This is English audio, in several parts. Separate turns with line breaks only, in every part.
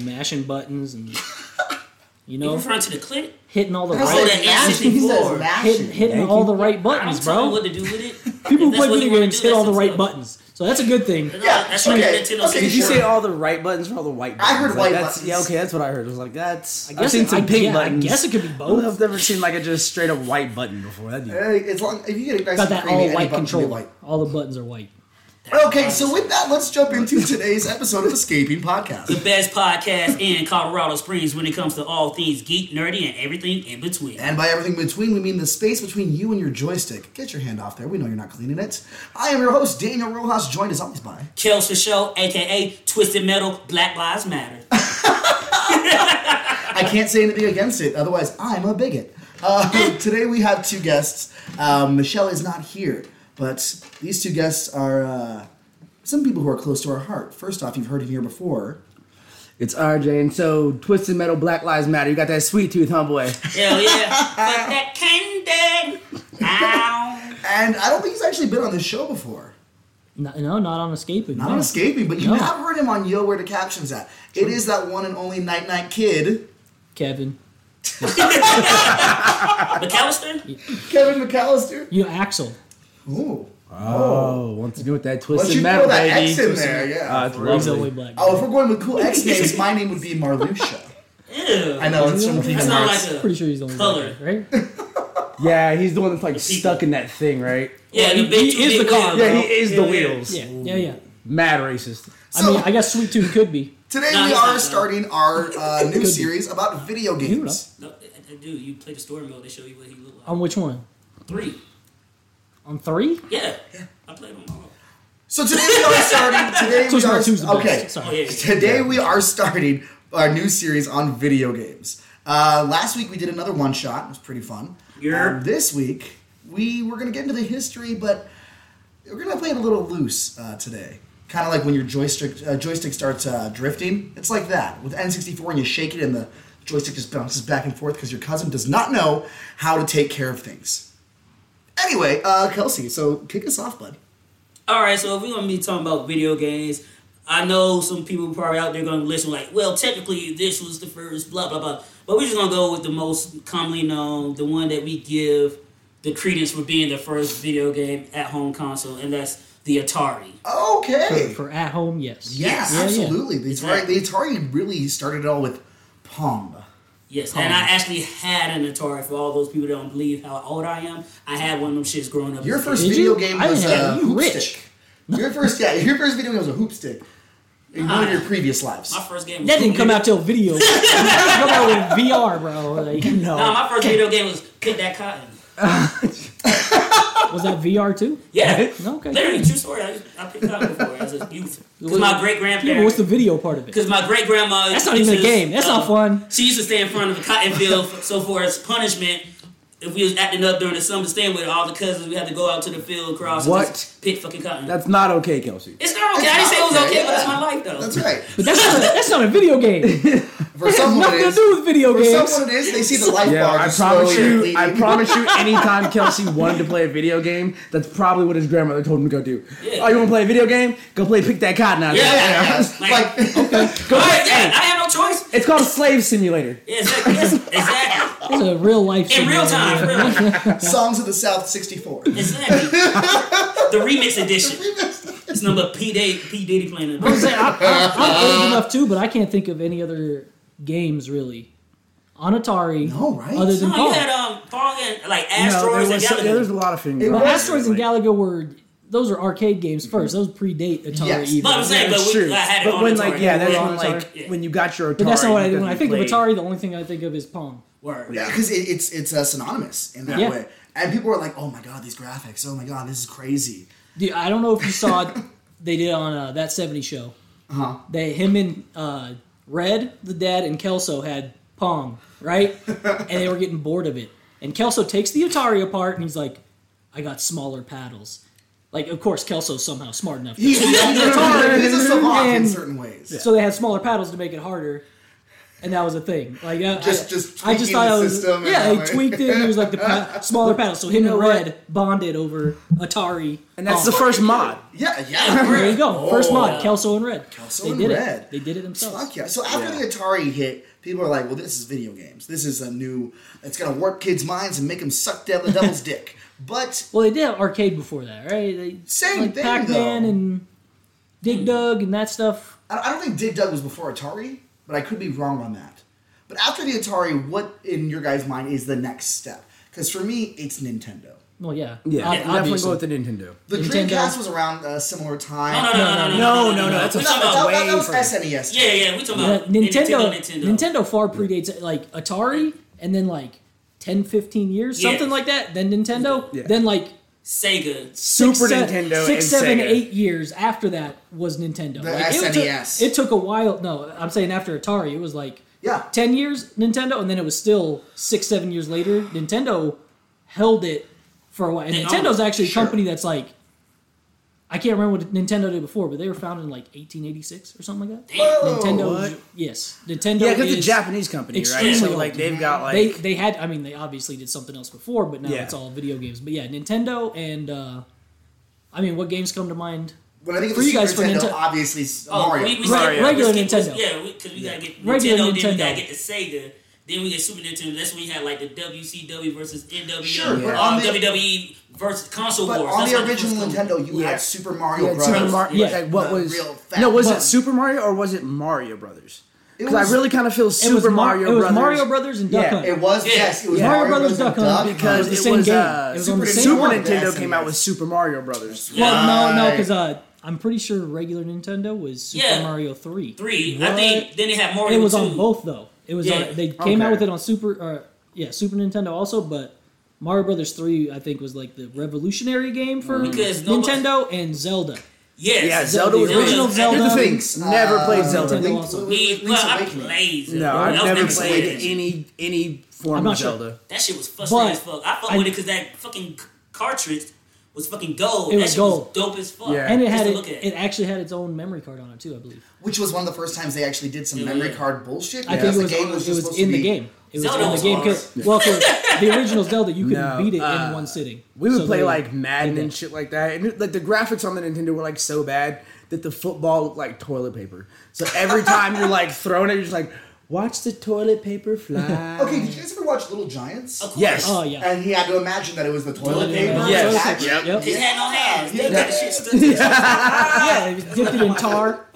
smashing buttons and you
You
know
referring to the clip?
hitting all the
That's
Oh,
right
like-
hitting,
He says
hitting, hitting all the right
I don't
buttons,
tell you
bro.
what to do with it.
People who
If that's
play
what you
video
wanna
games
do,
hit all
that's
the
what's
right
up.
buttons, so that's a good thing.
That's
Yeah,
all- That's what
okay,
Nintendo
okay,
says.
Did you
Sure.
say all the right buttons for all the white
I
buttons?
heard
Like,
white
that's, Yeah,
buttons.
okay, that's what I heard. It was like, that's.
I
I've
guess
seen
it-
some
I-
pink
yeah, I
buttons.
guess it could be both.
I've never seen like a just straight up white button before. That'd be
Hey, as long if you get a nice
Got
and
that
creamy,
all
any
white
button will
controller.
be white.
All the buttons are white.
Okay, so with that, let's jump into today's episode of Escaping Podcast.
The best podcast in Colorado Springs when it comes to all things geek, nerdy, and everything in between.
And by everything between, we mean the space between you and your joystick. Get your hand off there. We know you're not cleaning it. I am your host, Daniel Rojas, joined as always by.
Kills for Show, aka Twisted Metal, Black Lives Matter.
I can't say anything against it, otherwise, I'm a bigot. Uh, today we have two guests. Um, Michelle is not here, but these two guests are uh, some people who are close to our heart. First off, you've heard him here before.
It's RJ, and so Twisted Metal Black Lives Matter. You got that sweet tooth, huh, boy?
Hell yeah. Fuck that candy. Ow.
And I don't think he's actually been on this show before.
No, no, not on escaping.
Not
no.
on escaping, but you
No.
have heard him on Yo Where the Captions at. It is that one and only Night Night Kid,
Kevin.
McAllister?
Kevin McAllister.
You Axel.
Ooh.
Oh, once again with that
Once
Twisted
you
Metal,
throw that
baby.
X in there, yeah.
Ah, it's
He's
lovely.
only black.
oh, if we're going with cool X names, my name would be Marluxia.
Ew.
I know, it's from
That's
Kingdom
not
Hearts.
like a.
Pretty sure he's the only
Oh. Color.
black, right?
Yeah, he's the one that's like stuck in that thing, right?
Yeah,
Well,
the big
he is the car,
Yeah, he is the wheels.
Yeah, yeah, yeah.
Mad racist.
I
So-
mean, I guess Sweet Tooth could be.
Today
No,
we
he's
are
not.
starting our uh, new series about video games.
No, dude, you play the story mode, they show you what he looked like.
On which one?
Three.
On three?
Yeah. I played them all.
So today we are starting. Today
So
we
it's
are
not two's the best.
okay.
Oh,
Sorry.
yeah. yeah.
Today we are starting our new series on video games. Uh, last week we did another one shot. It was pretty fun.
Yeah.
Um, this week we were going to get into the history, but we're going to play it a little loose uh, today. Kind of like when your joystick uh, joystick starts uh, drifting. It's like that with N64, and you shake it, and the joystick just bounces back and forth because your cousin does not know how to take care of things. Anyway, uh, Kelsey, so kick us off, bud.
All right, so if we're gonna be talking about video games, I know some people probably out there gonna listen like, well, technically this was the first, blah blah blah. But we're just gonna go with the most commonly known, the one that we give the credence for being the first video game at home console, and that's the Atari.
Okay.
For at home, yes.
Yes,
Yeah, yeah.
absolutely. The Atari,
Exactly.
the Atari really started it all with Pong.
Yes, and I actually had an Atari. For all those people that don't believe how old I am, I had one of them shits growing up.
Your first
Did
video
you?
game
I
was
didn't have
a
it. You
hoop
rich.
stick. Your first, yeah, your first video game was a hoop stick. In one of
Ah.
your previous lives.
my first game. Was
That didn't
Cool
come
Nigga.
out till video. It come out with VR, bro. Like,
No,
No.
my first video game was Pick That Cotton.
was that VR too?
Yeah.
No, okay.
Literally, true story. I, I picked up before as a youth. 'Cause my great
Yeah, but what's
grandparents.
the video part of it?
Because my great grandma. uh,
That's not even a game. That's
Oh.
not fun.
She used to stay in front of a cotton field. f- so for as punishment, if we was acting up during the summer, staying with all the cousins, we had to go out to the field cross
What?
and just pick fucking cotton.
That's not okay, Kelsey.
it's not okay. I didn't
It's
say it
not
was okay, but
yeah.
it's my life though.
That's right.
But that's not a, that's not a video game.
For
It has
someone
nothing
it
to
is.
do with video
For
games.
someone it is. They see the life
Yeah,
bar.
I
just
promise
slowly
you. I
leading.
promise you. Anytime Kelsey wanted to play a video game, that's probably what his grandmother told him to go do.
Yeah.
Oh, you want to play a video game? Go play pick that cotton out.
Yeah.
there.
Yeah, yeah,
Like-
like,
Go
All
play.
right, yeah,
hey,
I had no choice.
it's called Slave Simulator.
Yeah, exactly. Yes, exactly.
It's a real life.
In real time. in real time.
Songs of the South '64.
Exactly. the remix edition. It's number P Diddy, P Diddy playing it.
I'm, saying, I, I, I'm
Uh.
old enough too, but I can't think of any other games really on Atari.
No, Oh, right?
Oh,
Other than
No,
Pong.
you had um, Pong and like
no,
asteroids
there
and
was so- yeah, there's
Galaxy.
a lot of things.
It
going
Well,
on.
Asteroids and Galaga were those are arcade games first. Those predate Atari
Mm-hmm. Yes.
even.
But I'm saying,
That's
but
true.
we, I had it
but
on
when
Atari.
like yeah, that's
Yeah.
when like
Yeah.
when you got your Atari.
But that's not what I
you
when I think
played.
of Atari. The only thing I think of is Pong.
Word.
Yeah, because it, it's it's uh, synonymous in that
Yeah.
way. And people are like, "Oh my god, these graphics! Oh my god, this is crazy!"
Dude, I don't know if you saw it, they did on uh, that '70 show.
Uh-huh.
They him and uh, Red, the dad, and Kelso had Pong, right? and they were getting bored of it. And Kelso takes the Atari apart and he's like, "I got smaller paddles." Like, of course, Kelso's somehow smart enough.
He's, he's a savant in
And-
certain ways.
So they had smaller paddles to make it harder. and that was a thing. Like I,
Just-
I,
just
I just
tweaking
thought
the
I was
system and
yeah.
how
He
it-
tweaked it. and It was like the pa- smaller paddle. So him and Red bonded over Atari.
And that's
Oh,
the first mod.
Yeah,
There
yeah.
you go. First mod,
Oh.
Kelso and Red.
Kelso
they
and
did
Red.
it. They did it themselves.
Fuck yeah. So after
Yeah.
the Atari hit, people are like, well, this is video games. This is a new, it's going to warp kids' minds and make them suck down the devil's dick. But
Well, they did have arcade before that, right? They,
Same
like
thing,
Pac-Man
though.
and Dig Dug and that stuff.
I I don't think Dig Dug was before Atari, but I could be wrong on that. But after the Atari, what in your guys' mind is the next step? Because for me, it's Nintendo.
Well, yeah,
Yeah,
Ob-
definitely
obviously.
go with the Nintendo.
The
Nintendo.
Dreamcast was around a similar time.
No, no, no, no, no,
No,
no,
no, no, that's a
We're
That-
talking about
fucking
that- that-
way
that was E
further.
E.
SNES.
yeah, yeah. We're talking
Uh,
about
Nintendo,
Nintendo, Nintendo.
Nintendo far predates like Atari, and then like 10, 15 years,
Yeah.
something like that. Then Nintendo,
Yeah.
then like
Sega.
six,
Super
se-
Nintendo
six,
and
seven,
Sega.
eight years after that was Nintendo.
The E
Like, it took-
SNES.
It took, a while. No, I'm saying after Atari, it was like
Yeah.
ten years Nintendo, and then it was still six, seven years later. Nintendo held it for a while, and
They
Nintendo's
own it.
actually
Sure.
a company that's like. I can't remember what Nintendo did before, but they were founded in like 1886 or something like that.
Whoa.
Nintendo,
Oh, What?
yes, Nintendo.
Yeah, because
is
it's a Japanese company,
extremely
right? So
old.
like they've got like
They they had. I mean, they obviously did something else before, but now
Yeah.
it's all video games. But yeah, Nintendo and uh, I mean, what games come to mind?
But I think it
For
was
you guys,
Super
for
Nintendo,
Nintendo-
obviously s-
Oh,
Mario.
we, we
Right,
skip-
regular
we skip-
Nintendo.
Yeah, because we, gotta get
Regular
Nintendo, then we
Nintendo.
gotta get the Sega. Then we get Super Nintendo. That's when you had like the WCW versus NWO,
Sure,
but
uh,
on the-
WWE versus console
But
wars.
on
That's
the
like
original
first couple-
Nintendo, you
Yeah.
had Super Mario
Yeah,
Bros.
Super Mario.
Yeah.
like, what
The
was
real fat
no? Was
one.
it Super Mario or was it Mario Brothers?
It
Because I
was-
really kind of feel
It
Super
was Mar-
Mario
It was
Brothers.
Mario Brothers and Duck
Yeah.
Hunt.
It was
Yeah.
yes, it was
Mario
Mario
Brothers
Bros.
Duck Hunt
Duck
because
because
It was
it
the same
was,
game.
uh,
It was on
Super,
the same
Super
one.
Nintendo
Yes,
came
yes.
out with Super Mario Brothers.
Well, no, no,
Right.
because uh, I'm pretty sure regular Nintendo was Super
Yeah.
Mario Three.
Three. I
What?
think then they had Mario.
It was
2.
on both though. It was
Yeah.
on, they came
Okay.
out with it on Super. Uh, yeah, Super Nintendo also, but. Mario Brothers 3, I think, was like the revolutionary game for
Because no one-
Nintendo and Zelda.
Yes.
Yeah, Zelda was
The original Zelda.
Here's the thing: never played
uh,
Zelda.
Nintendo
Link-
also.
We,
Link's
well, I
Awakening.
played Zelda.
No, I've
I was
never
never
played
Zelda.
any any
I'm
form
not
of
sure.
Zelda.
That shit was frustrating
But
as fuck. I fucked
I-
with it because that fucking c- cartridge was fucking gold.
It
that
was
shit
gold.
was dope as fuck.
Yeah.
And it
Just
had
to
it,
look at.
it actually had its own memory card on it too, I believe.
which was one of the first times they actually did some
Yeah.
memory card bullshit.
I think
because
it
the
was,
game
on-
was
it
just
was
supposed
in
to
the
be-
game. It was
Zelda
in the
was
game.
hard.
'cause- Well, for the original Zelda, you couldn't
No,
beat it
uh,
in one sitting.
We would
So
play
they-
like Madden
they-
and shit like that, and like the graphics on the Nintendo were like so bad that the football looked like toilet paper. So every time you're like throwing it, you're just like, "Watch the toilet paper fly."
Okay, did you guys ever watch Little Giants?
Of course.
Yes.
Oh yeah.
And he had to imagine that it was the toilet
Yeah.
paper.
Yes.
It was actually-
Yep.
Yep.
It had no hands.
Yeah.
That- that shit stood to-
yeah, it was dipped it in tar.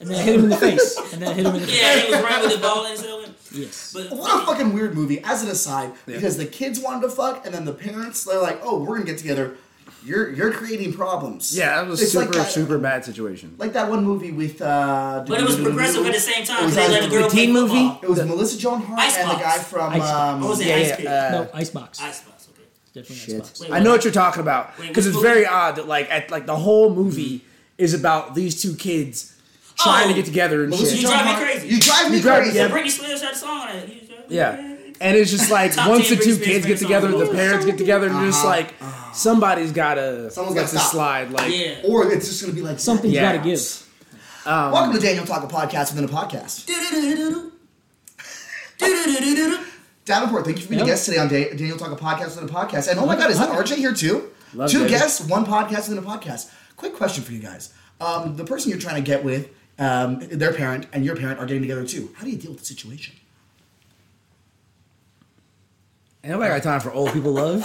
and then hit him in the face. And then hit him in the face.
Yeah, he was running with the ball and stuff.
Yes.
But
What a fucking weird movie. As an aside, because the kids wanted to fuck, and then the parents they're like, "Oh, we're gonna get together." You're you're creating problems.
Yeah, that was
It's
super
like that-
super bad situation.
Like that one movie with. uh
But it was progressive at the same time.
It was
'cause they let the
Ice-
girl
the teen
play
movie?
football.
It was Melissa John Hart and the
Icebox.
guy from.
Icebox.
Um,
What was it?
yeah,
Ice
yeah,
Pick.
uh,
no, Icebox.
Icebox. Okay.
Definitely Icebox.
Shit. I know what you're talking about
Wait,
because
which
it's
movie?
very odd that like at like the whole movie is about these two kids trying to
Oh!
get together and
Melissa
shit.
You
Joan
drive me
Hart-
crazy.
You drive me
You drive-
crazy.
yeah.
Britney Spears had a song on it. You sure?
Yeah. And it's just like
Top
once the
ten
two
Britney
kids
Spears
get together, the
songs.
parents get together, and just like somebody's gotta
Someone's
let
gotta
this
stop.
slide. Like
Yeah.
Or it's just gonna be like
Something's
Yeah.
gotta give.
Welcome to Daniel Talk, a podcast within a podcast.
Do-do-do-do-do. Do-do-do-do-do.
Davenport, thank you for being
Yeah.
a guest today on Da- Daniel Talk, a podcast within a podcast. And oh my God, is that RJ here too?
Love
Two
David.
guests, one podcast within a podcast. Quick question for you guys: um, The person you're trying to get with, um, their parent and your parent are getting together too. How do you deal with the situation?
Ain't nobody got time for old people love.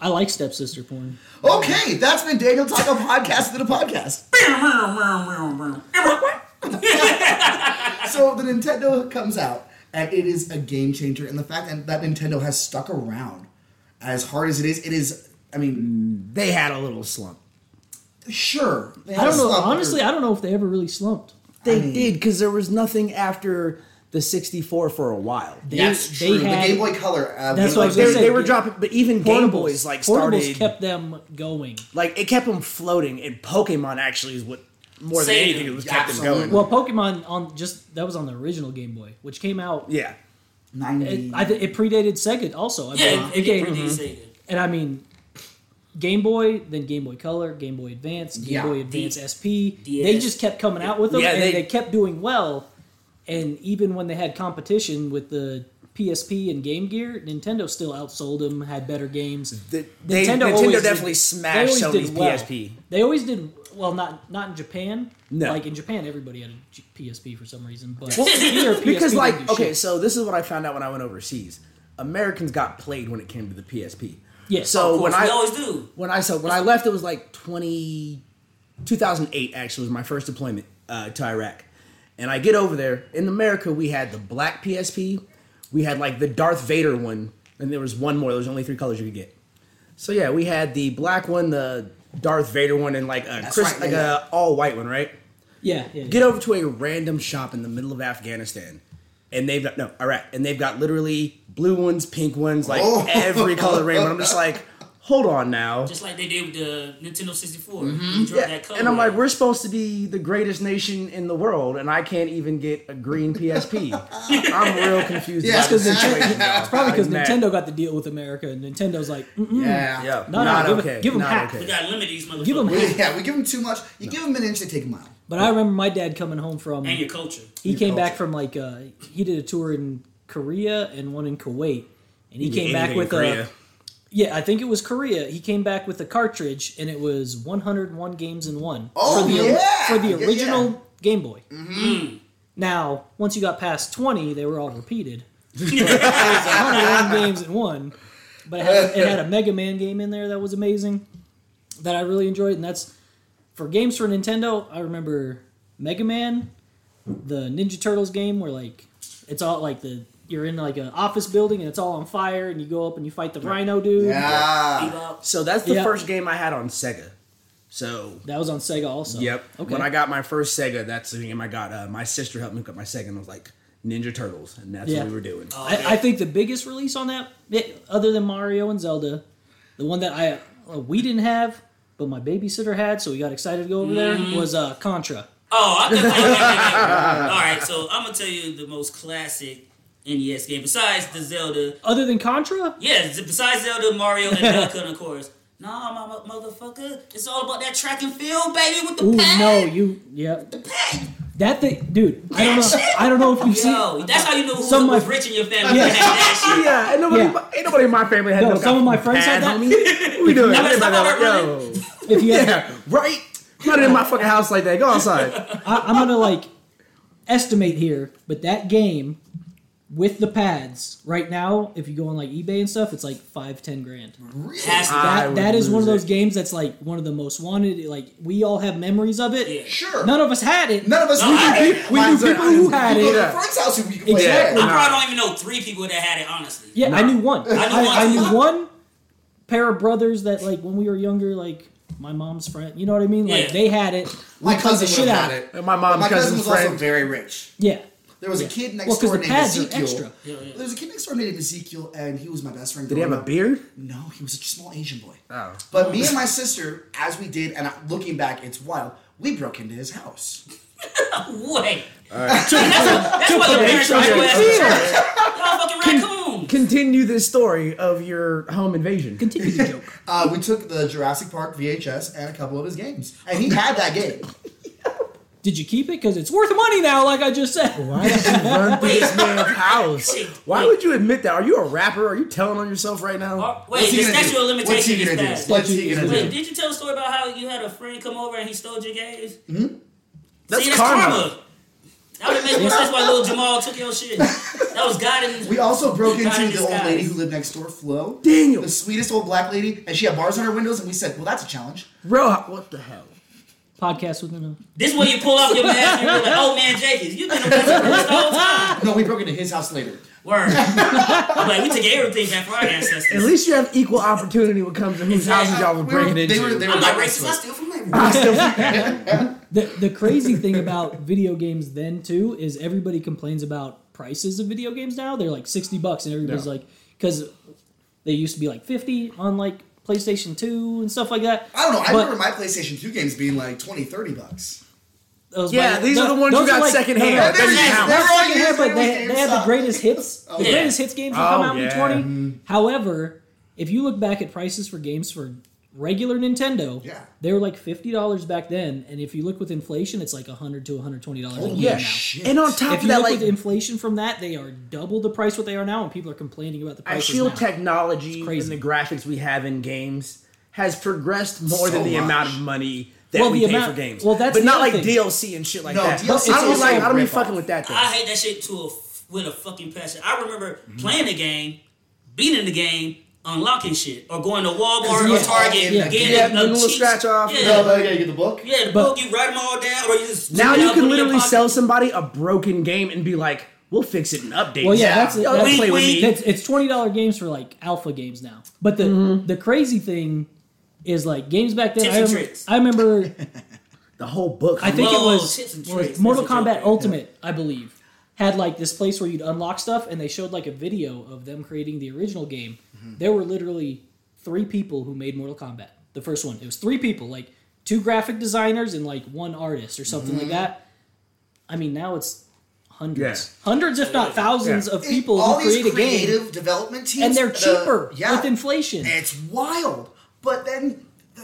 I like stepsister porn.
Okay, that's been Daniel Talk, a podcast within a podcast. so the Nintendo comes out, and it is a game changer. And the fact that, that Nintendo has stuck around, as hard as it is, it is. I mean,
they had a little slump.
sure. they
I
had a
don't know.
slump, but
Honestly,
they're-
I don't know if they ever really slumped.
They did because there was nothing after the 64 for a while.
They,
that's
they
true.
had-
the Game Boy Color. Uh,
That's what
was
I
Like
was
they,
gonna say,
they were
the-
dropping, but even Game Boys like
Portables
started
kept them going.
like it kept them floating, and Pokemon actually is what more than
Saved
anything
them.
it was kept them
Absolutely.
going.
Well, Pokemon on just that was on the original Game Boy, which came out.
yeah,
ninety.
It, I th- it predated Sega also. I
Yeah,
mean,
it
it
gave
came-
Mm-hmm.
Britney Spears.
and I mean, Game Boy, then Game Boy Color, Game Boy Advance, Game
Yeah,
Boy
D-
Advance SP.
DS.
They just kept coming out with them,
Yeah,
and
they-
they, kept doing well. And even when they had competition with the PSP and Game Gear, Nintendo still outsold them, had better games.
The, they, Nintendo,
always did-
definitely smashed
they always
Sony's
did well.
PSP.
They always did well. Not not in Japan.
No.
like in Japan, everybody had a G- PSP for some reason. But
Well,
here, PSP
Because,
didn't
like,
do
okay,
shit.
so this is what I found out when I went overseas. Americans got played when it came to the PSP.
Yes,
So
Of course,
when I
we always do.
when I so when I left, it was like 20, 2008 Actually, was my first deployment uh, to Iraq, and I get over there. In America, we had the black PSP, we had like the Darth Vader one, and there was one more. There was only three colors you could get. So yeah, we had the black one, the Darth Vader one, and like a
That's
Chris,
right,
like
yeah.
a all white one, right?
yeah, yeah, yeah.
Get over to a random shop in the middle of Afghanistan, and they've got no Iraq, and they've got literally blue ones, pink ones, like
Oh.
every color rainbow. I'm just like, hold on now.
Just like they did with the Nintendo 64. You draw
Mm-hmm. Yeah,
that color.
and I'm like, we're supposed to be the greatest nation in the world, and I can't even get a green PSP. I'm real confused.
Yeah, that's
about
'cause
the
Nintendo-
situation, y'all.
It's probably because
I'm mad.
Nintendo got the deal with America, and Nintendo's like, Mm-mm,
Yeah.
Yeah,
No, no,
not
give it-
okay.
give 'em
not
half.
we
Okay.
gotta limit these motherfuckers.
give them.
We- yeah, we give them too much. You give them an inch, they take a mile.
But I remember my dad coming home from
and your culture.
he came back from like uh, he did a tour in Korea and one in Kuwait, and he came back
Anything
with uh,
in
a
Korea.
yeah, I think it was Korea. He came back with a cartridge, and it was 101 games in one
Oh,
for the
yeah!
for the
Yeah, yeah.
original Game Boy.
Mm.
Mm.
Now, once you got past 20, they were all repeated. it was 101 games in one, but it had, it had a Mega Man game in there that was amazing, that I really enjoyed, and that's for games for Nintendo. I remember Mega Man, the Ninja Turtles game where like it's all like the you're in like an office building and it's all on fire and you go up and you fight the Rhino dude.
Yeah.
Bebop.
So that's the
Yeah.
first game I had on Sega. So
That was on Sega also.
yep,
Okay.
when I got my first Sega, that's the game I got. Uh, my sister helped me hook up my Sega, and I was like Ninja Turtles, and that's
Yeah.
what we were doing.
I, I think the biggest release on that, it, other than Mario and Zelda, the one that I uh, we didn't have, but my babysitter had, so we got excited to go over there was uh, Contra.
Oh, I think. okay, okay, okay. All right, so I'm gonna tell you the most classic NES game besides the Zelda.
Other than Contra,
Yeah, z- besides Zelda, Mario, and Pelican, of course. Nah, my mo- motherfucker, it's all about that track and field, baby, with the
ooh
pad.
no, you yeah,
The pad.
that thing, dude. I don't know. I don't know if you've seen.
Yo, that's how you know who
Some of
was
my-
rich in your family.
Yeah.
Yeah. That shit.
yeah, and nobody,
Yeah.
ain't nobody in my family had
No,
no.
some of my friends had that.
that. we doing?
Now that's
Everybody
not
like,
right,
yo.
If you, had,
Yeah, right. Not in my fucking house like that. Go outside.
I, I'm gonna like estimate here, but that game with the pads right now, if you go on like eBay and stuff, it's like five ten grand.
Really?
Has to-
I
that,
would
that is one of
lose
those games that's like one of the most wanted. Like we all have memories of it.
Yeah.
Sure.
None of us had it.
None of us.
No,
we
I-
knew people,
we knew
mine's
people
a-
who had
people
it.
at a friend's house who we could play
Exactly.
I
that.
probably don't even know three people that had it, honestly.
Yeah, I knew one.
I knew
I,
one,
I knew
too.
one pair of brothers that like when we were younger, like my mom's friend. You know what I mean? Like
Yeah.
they had it.
My
We played the
cousin
shit
would have
out.
had
of it.
it.
And my mom's
my cousin
cousin's
was also
friend.
very rich.
Yeah.
There was
Yeah.
a kid next
Well, 'cause
door
the
named
pads are
Ezekiel.
extra.
Yeah, yeah.
There was a kid next door named Ezekiel, and he was my best friend.
Did he have a beard?
No, he was a small Asian boy.
Oh.
But me and my sister, as we did, and I- looking back, it's wild. We broke into his house.
Wait. that's what the parents are doing. Y'all fucking raccoon.
Continue this story of your home invasion.
Continue the joke.
Uh, we took the Jurassic Park VHS and a couple of his games, and he had that game.
Did you keep it? Because it's worth money now, like I just said.
Why did you run through this man's house? Why would you admit that? Are you a rapper? Are you telling on yourself right now?
Uh,
Oh, Wait, the
he gonna
statute
do?
of
What's he
limitation is
gonna do?
passed.
What's he gonna
Wait,
do?
did you tell a story about how you had a friend come over and he stole your games?
That's
See, that's karma.
karma.
That would make more sense why little Jamal took your shit. That was God in.
We also broke
God
into
in
the old
disguise.
lady who lived next door, Flo.
Daniel.
The sweetest old black lady, and she had bars on her windows, and we said, well, that's a challenge.
Real hot. What the hell?
Podcast within a
This way you pull off your mask and you're like, oh man, Jenkins, you've been a person for this whole time.
No, we broke into his house later.
Word. I'm like, we take everything back for our
At
ancestors.
least you have equal opportunity when it comes to whose houses y'all were
We were-
breaking
they
into.
were- they were-
I'm not racist, I steal from everyone.
The, the crazy thing about video games then too is everybody complains about prices of video games now. They're like sixty bucks, and everybody's
Yeah.
like, because they used to be like fifty on like PlayStation Two and stuff like that.
I don't know. I
But
remember my PlayStation 2 games being like 20, 30 bucks.
those
Yeah,
my-
these
no,
are the ones you
those
got
like-
secondhand.
no, no,
They're
just-
now.
they're all
secondhand,
used
but they,
video
they have
games.
the greatest hits. The
yeah.
greatest hits games that come
Oh,
out in
yeah.
twenty. However, if you look back at prices for games for regular Nintendo,
Yeah.
they were like fifty dollars back then, and if you look with inflation, it's like hundred to one hundred twenty dollars.
Oh,
a
yeah,
year now.
shit.
And on top
If
of
you
that,
look
like
with inflation from that, they are double the price what they are now, and people are complaining about the
I
price.
feel technology and
crazy.
the graphics we have in games has progressed more
So
than the
much.
amount of money that
Well,
we
the
pay
amount-
for games.
well, that's
but
the
not
other thing.
like DLC and shit like
No,
that.
DLC
I don't
is
be like I don't be
ripoff.
fucking with that. Though.
I hate that shit to a f- with a fucking passion. I remember playing the game, beating the game, unlocking shit, or going to Walmart
Yeah.
or Target,
Yeah.
getting
Yeah,
a
doing a little
cheap-
scratch off.
Yeah,
No, but yeah, you get the book.
yeah, the
But-
book you write them all down, or you just
now
take it
you
out,
can
put it in your
literally
pocket.
sell somebody a broken game and be like, "We'll fix it and update."
Well,
it."
yeah, that's,
Y'all
that's
we-
play with
we-
me.
It's, it's twenty dollar games for like alpha games now. But the
Mm-hmm.
the crazy thing is like games back then.
Tips
I,
and
rem-
tricks.
I remember.
the whole book.
I think
Whoa,
it was,
tips and
what was it,
tricks.
Mortal
That's a
Kombat
joke.
Ultimate, I believe, had like this place where you'd unlock stuff, and they showed like a video of them creating the original game.
Mm-hmm.
There were literally three people who made Mortal Kombat. The first one, it was three people, like two graphic designers and like one artist or something
Mm-hmm.
like that. I mean, now it's hundreds, hundreds if not thousands of
It-
people
all
who create
these
a game.
creative development teams,
and they're
the-
cheaper
yeah,
with inflation.
it's wild. But then, the-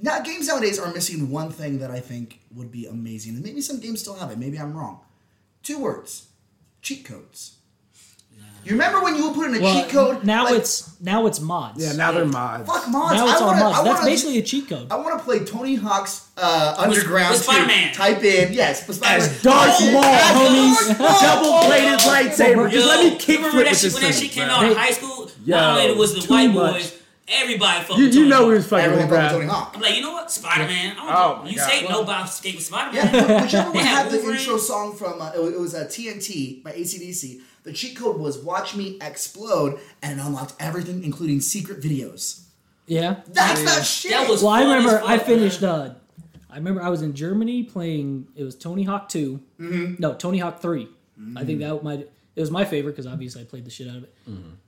now games nowadays are missing one thing that I think would be amazing, and maybe some games still have it. Maybe I'm wrong. Two words: cheat codes. You remember when you would put in a
Well,
cheat code?
now
like,
it's now it's mods.
yeah, now they're mods.
fuck mods.
now it's
I
on
wanna,
mods.
I
That's
wanna-
basically a cheat code.
I want to play Tony Hawk's uh, Underground.
with
2.
Spider-Man.
Type in yes, with
As
Spider-Man.
Darth
Oh,
Maul,
as Darth
homies,
Maul.
double bladed lightsaber.
Yo,
Just let me kick
remember
flip
that
with
shit,
this
when
thing.
that shit came
bruh.
out
They-
in high school?
Yo,
not only it was the
too
white
much.
boys, everybody fucking.
You, you
Tony
know
Hawk.
we was fucking
Everyone
with
played Tony
bruh.
Hawk.
I'm like, you know what, Spider Man.
Oh, my
you
God.
say
Well-
nobody skate with Spider Man.
Yeah, whichever one
They had
had the
Wolverine.
intro song from uh, it was, it was uh, TNT by ACDC. The cheat code was "Watch Me Explode" and it unlocked everything, including secret videos.
yeah.
That's that shit.
That was-
Well, I
fun as
remember
fuck,
I finished.
man.
Uh, I remember I was in Germany playing. It was Tony Hawk 2 No, Tony Hawk 3 I think that might. It was my favorite because obviously I played the shit out of it,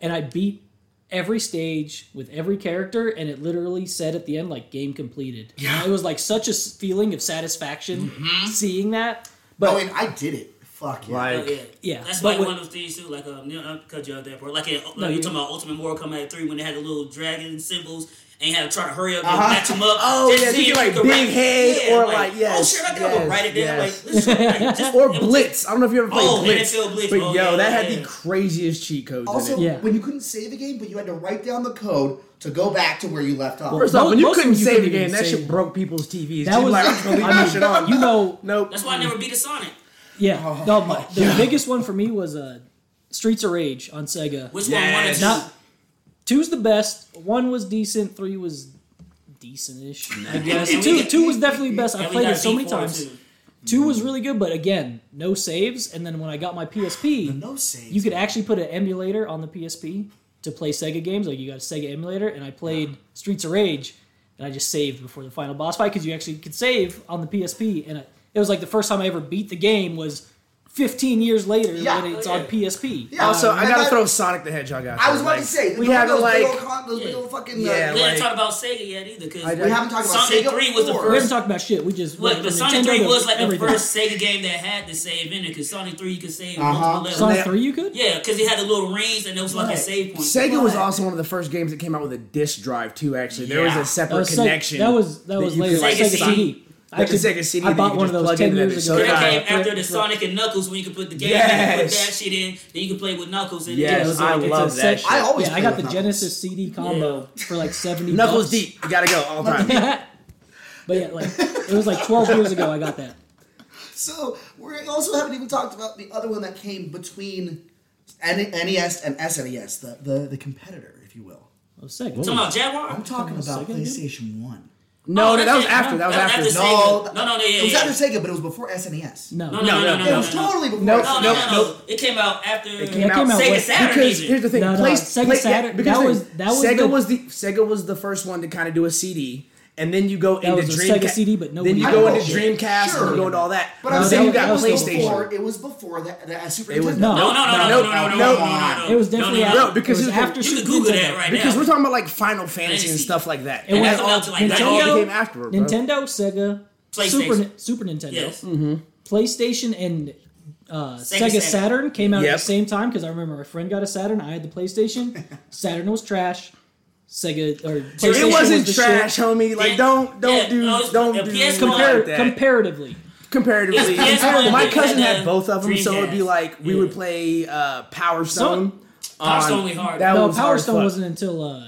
and I beat every stage with every character, and it literally said at the end like game completed. Yeah, Mm-hmm. it was like such a s- feeling of satisfaction seeing that. But
I mean, I did it. Fuck yeah.
Like,
Oh, yeah.
Yeah,
That's
but
like
what-
one of those things too. Like um, you know, I'll cut you out there, bro. Like, in, like
No,
you
you-
talking about Ultimate Mortal Kombat three when they had the little dragon symbols and you had to try to hurry up
Uh-huh.
and match them up.
Oh,
just
yeah,
see
you
if
get, like,
could
big
write-
head
yeah,
or,
like,
like, yes,
oh shit, I think I'm
yes,
gonna write it down.
yes.
Like, listen, like, just,
or
it was-
Blitz. I don't know if you ever played
Oh,
Blitz,
NFL Blitz.
but
Oh,
yo,
yeah,
that had
yeah,
the
yeah.
craziest cheat codes.
Also,
in it.
Yeah.
when you couldn't save a game, but you had to write down the code to go back to where you left off.
first
Well,
off, when you
most of
couldn't
you
save
couldn't
the game,
even
that
save
shit
it.
broke people's TVs.
that was
like, I'm just gonna leave
I
this
mean,
shit on.
You know,
Nope.
That's why I never beat a Sonic.
yeah. No, Oh, my, the biggest one for me was uh, Streets of Rage on Sega.
Which
Yes.
one? One or
Not two's the best. One was decent. Three was decentish. I guess
And we
two
got-
two was definitely best. I
And we
played
got
it so many
D4
times.
too.
Two was really good, but again, no saves. And then when I got my PSP,
no saves.
you could actually put an emulator on the PSP to play Sega games. Like you got a Sega emulator, and I played Streets of Rage, and I just saved before the final boss fight because you actually could save on the PSP. And it, it was like the first time I ever beat the game was 15 years later
Yeah.
when it's
Oh, yeah.
on PSP.
Yeah.
Also, I
and
gotta
that-
throw Sonic the Hedgehog out.
I was
there,
about
like,
to say
we
those-
haven't
those
like.
big old con- those big old fucking uh,
Yeah,
We
like-
haven't talked about Sega yet either because
I-
we haven't talked about
Sonic
Sega
3 was the
or-
We
first
haven't talked about shit. We just
Look,
went
but
from
Sonic
Nintendo
3
to
was like
everything.
the first Sega game that had the save in it because Sonic 3 you could save
Uh-huh.
multiple levels.
Sonic
Yeah.
Three, you could.
yeah, because it had the little rings and there was like
Right.
a save point.
Sega was
Why?
also one of the first games that came out with a disk drive too. Actually, there was
Yeah.
a separate
That was Sega-
connection.
that was that was
you
later.
could,
Like,
like,
Sega,
Sega
CD.
CD.
I
Like the
could-
Sega
I
CD that you
bought
could
one of
just
those
plug
ten
into that
years
and
ago.
But that
stick Yeah.
came after the Sonic and Knuckles when you could put the game in, put
Yes.
that shit in, then you could play with Knuckles and
Yes,
yeah, it was like,
I
it's a
love
It's a
that
Sega-
shit.
I always
yeah, I
played
got the
with Knuckles.
Genesis CD combo for like seventy.
Knuckles
bucks.
deep. You gotta go all the time.
but yeah, like it was like twelve years ago. I got that.
So we also haven't even talked about the other one that came between N- NES and SNES, the, the the competitor, if you will.
It was Sega.
Talking about Jaguar?
I'm talking about
Sega again?
PlayStation One.
No,
Oh,
no,
that's
that was
it.
after. That was
That-
after.
that's
No,
it.
No,
Sega. No, no, no, yeah,
It was
yeah.
after Sega, but it was before SNES.
No,
No, no, no, no, no,
it
no,
was
no.
totally before. E
Nope,
No,
SNES.
no,
Nope,
no, no. It came out after
came out
Sega
way-
Saturn.
because
even.
here's the thing.
No, no,
Play-
Sega
play-
Saturn-
because
that
the-
was- that was
Sega
the-
was the Sega was the first one to kind of do a CD, and then you go into
was a
Dreamcast.
Sega CD, but
then
nobody
you
had
go
it.
into Dreamcast
Sure.
and you go into all that.
But
But I'm
No,
saying you
that
got
was- that was
PlayStation.
Before, it was before the, the uh, Super
It was-
Nintendo.
No.
No, no, no, no, no,
Nope.
no, no, no,
Nope.
no, no, no.
it was definitely
no,
after.
no.
No, because
it was
you can-
after.
you can
Super
Google that
Nintendo.
right
Because
now.
we're talking about like Final Fantasy and
Fantasy.
stuff like that.
It
And
was
that's all-
up to, like,
that's all
Nintendo,
that came afterward. bro.
Nintendo, Sega, Super
PlayStation.
Ni- Super Nintendo,
Yes.
Mm-hmm.
PlayStation, and uh,
Sega
Sega,
Saturn.
Saturn. came out at
Yep.
the same time because I remember my friend got a Saturn. I had the PlayStation. Saturn was trash. Sega or PlayStation
It
was
wasn't
the shit.
trash, homie. Like
Yeah.
don't don't
Yeah,
do
no, it's-
don't
a
do
PS1
compare
Compar-
that.
comparatively.
comparatively.
It's PS1
Comparatively. My
and
cousin
the
had both of them, so it'd be
Dreamcast.
like we would
Yeah.
play uh, Power
Some-
Stone.
Power
on-
Stone was hard.
That
No,
was
Power
hard
Stone
fuck.
wasn't until uh,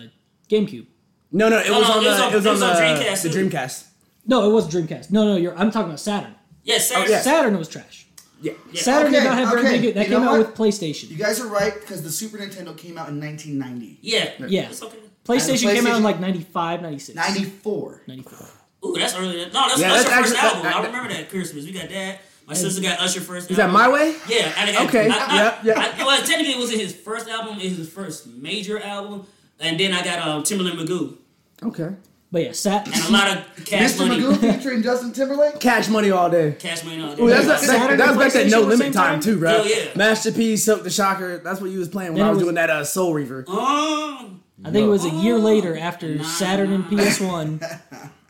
GameCube.
No, no, it was
no,
on
it was
the
on-
it was on the
Dreamcast,
the
too.
Dreamcast.
No, it was Dreamcast. No, no, you're. I'm talking about Saturn.
Oh,
yeah, Saturn.
yeah.
Saturn was trash.
Yeah.
Saturn
Okay,
did not have very
okay.
many good. That
You know
came out with
what?
PlayStation.
You guys are right because the Super Nintendo came out in 1990,
yeah,
Yeah.
It's okay.
PlayStation, came out in
PlayStation-
like 95, 96.
94.
94.
Ooh, that's early. No, that's
Yeah,
Usher
that's
first
actually-
album.
that-
I
that-
remember that Christmas. We got that. My sister got Usher first.
Is that My Way?
Yeah. I, I,
Okay,
I, I,
yeah, yeah.
I- well, technically, it was his first album. It was his first major album, and then I got um, Timberland Magoo
Okay.
But yeah, Sat-
and a lot of Cash
Mr.
Money.
Magoo featuring Justin Timberlake.
Cash money all day.
Cash Money. All that.
Ooh, that's
yeah.
that, that,
Saturday
that was back that
PlayStation
no
at the
limit
same
time,
time?
too, bro.
Hell yeah.
Masterpiece, soak the shocker. That's what you was playing when
Then
I
it
was,
was-
doing that uh, Soul Reaver.
Um,
I think it was a year
Oh.
later after
Nah.
Saturn and PS1.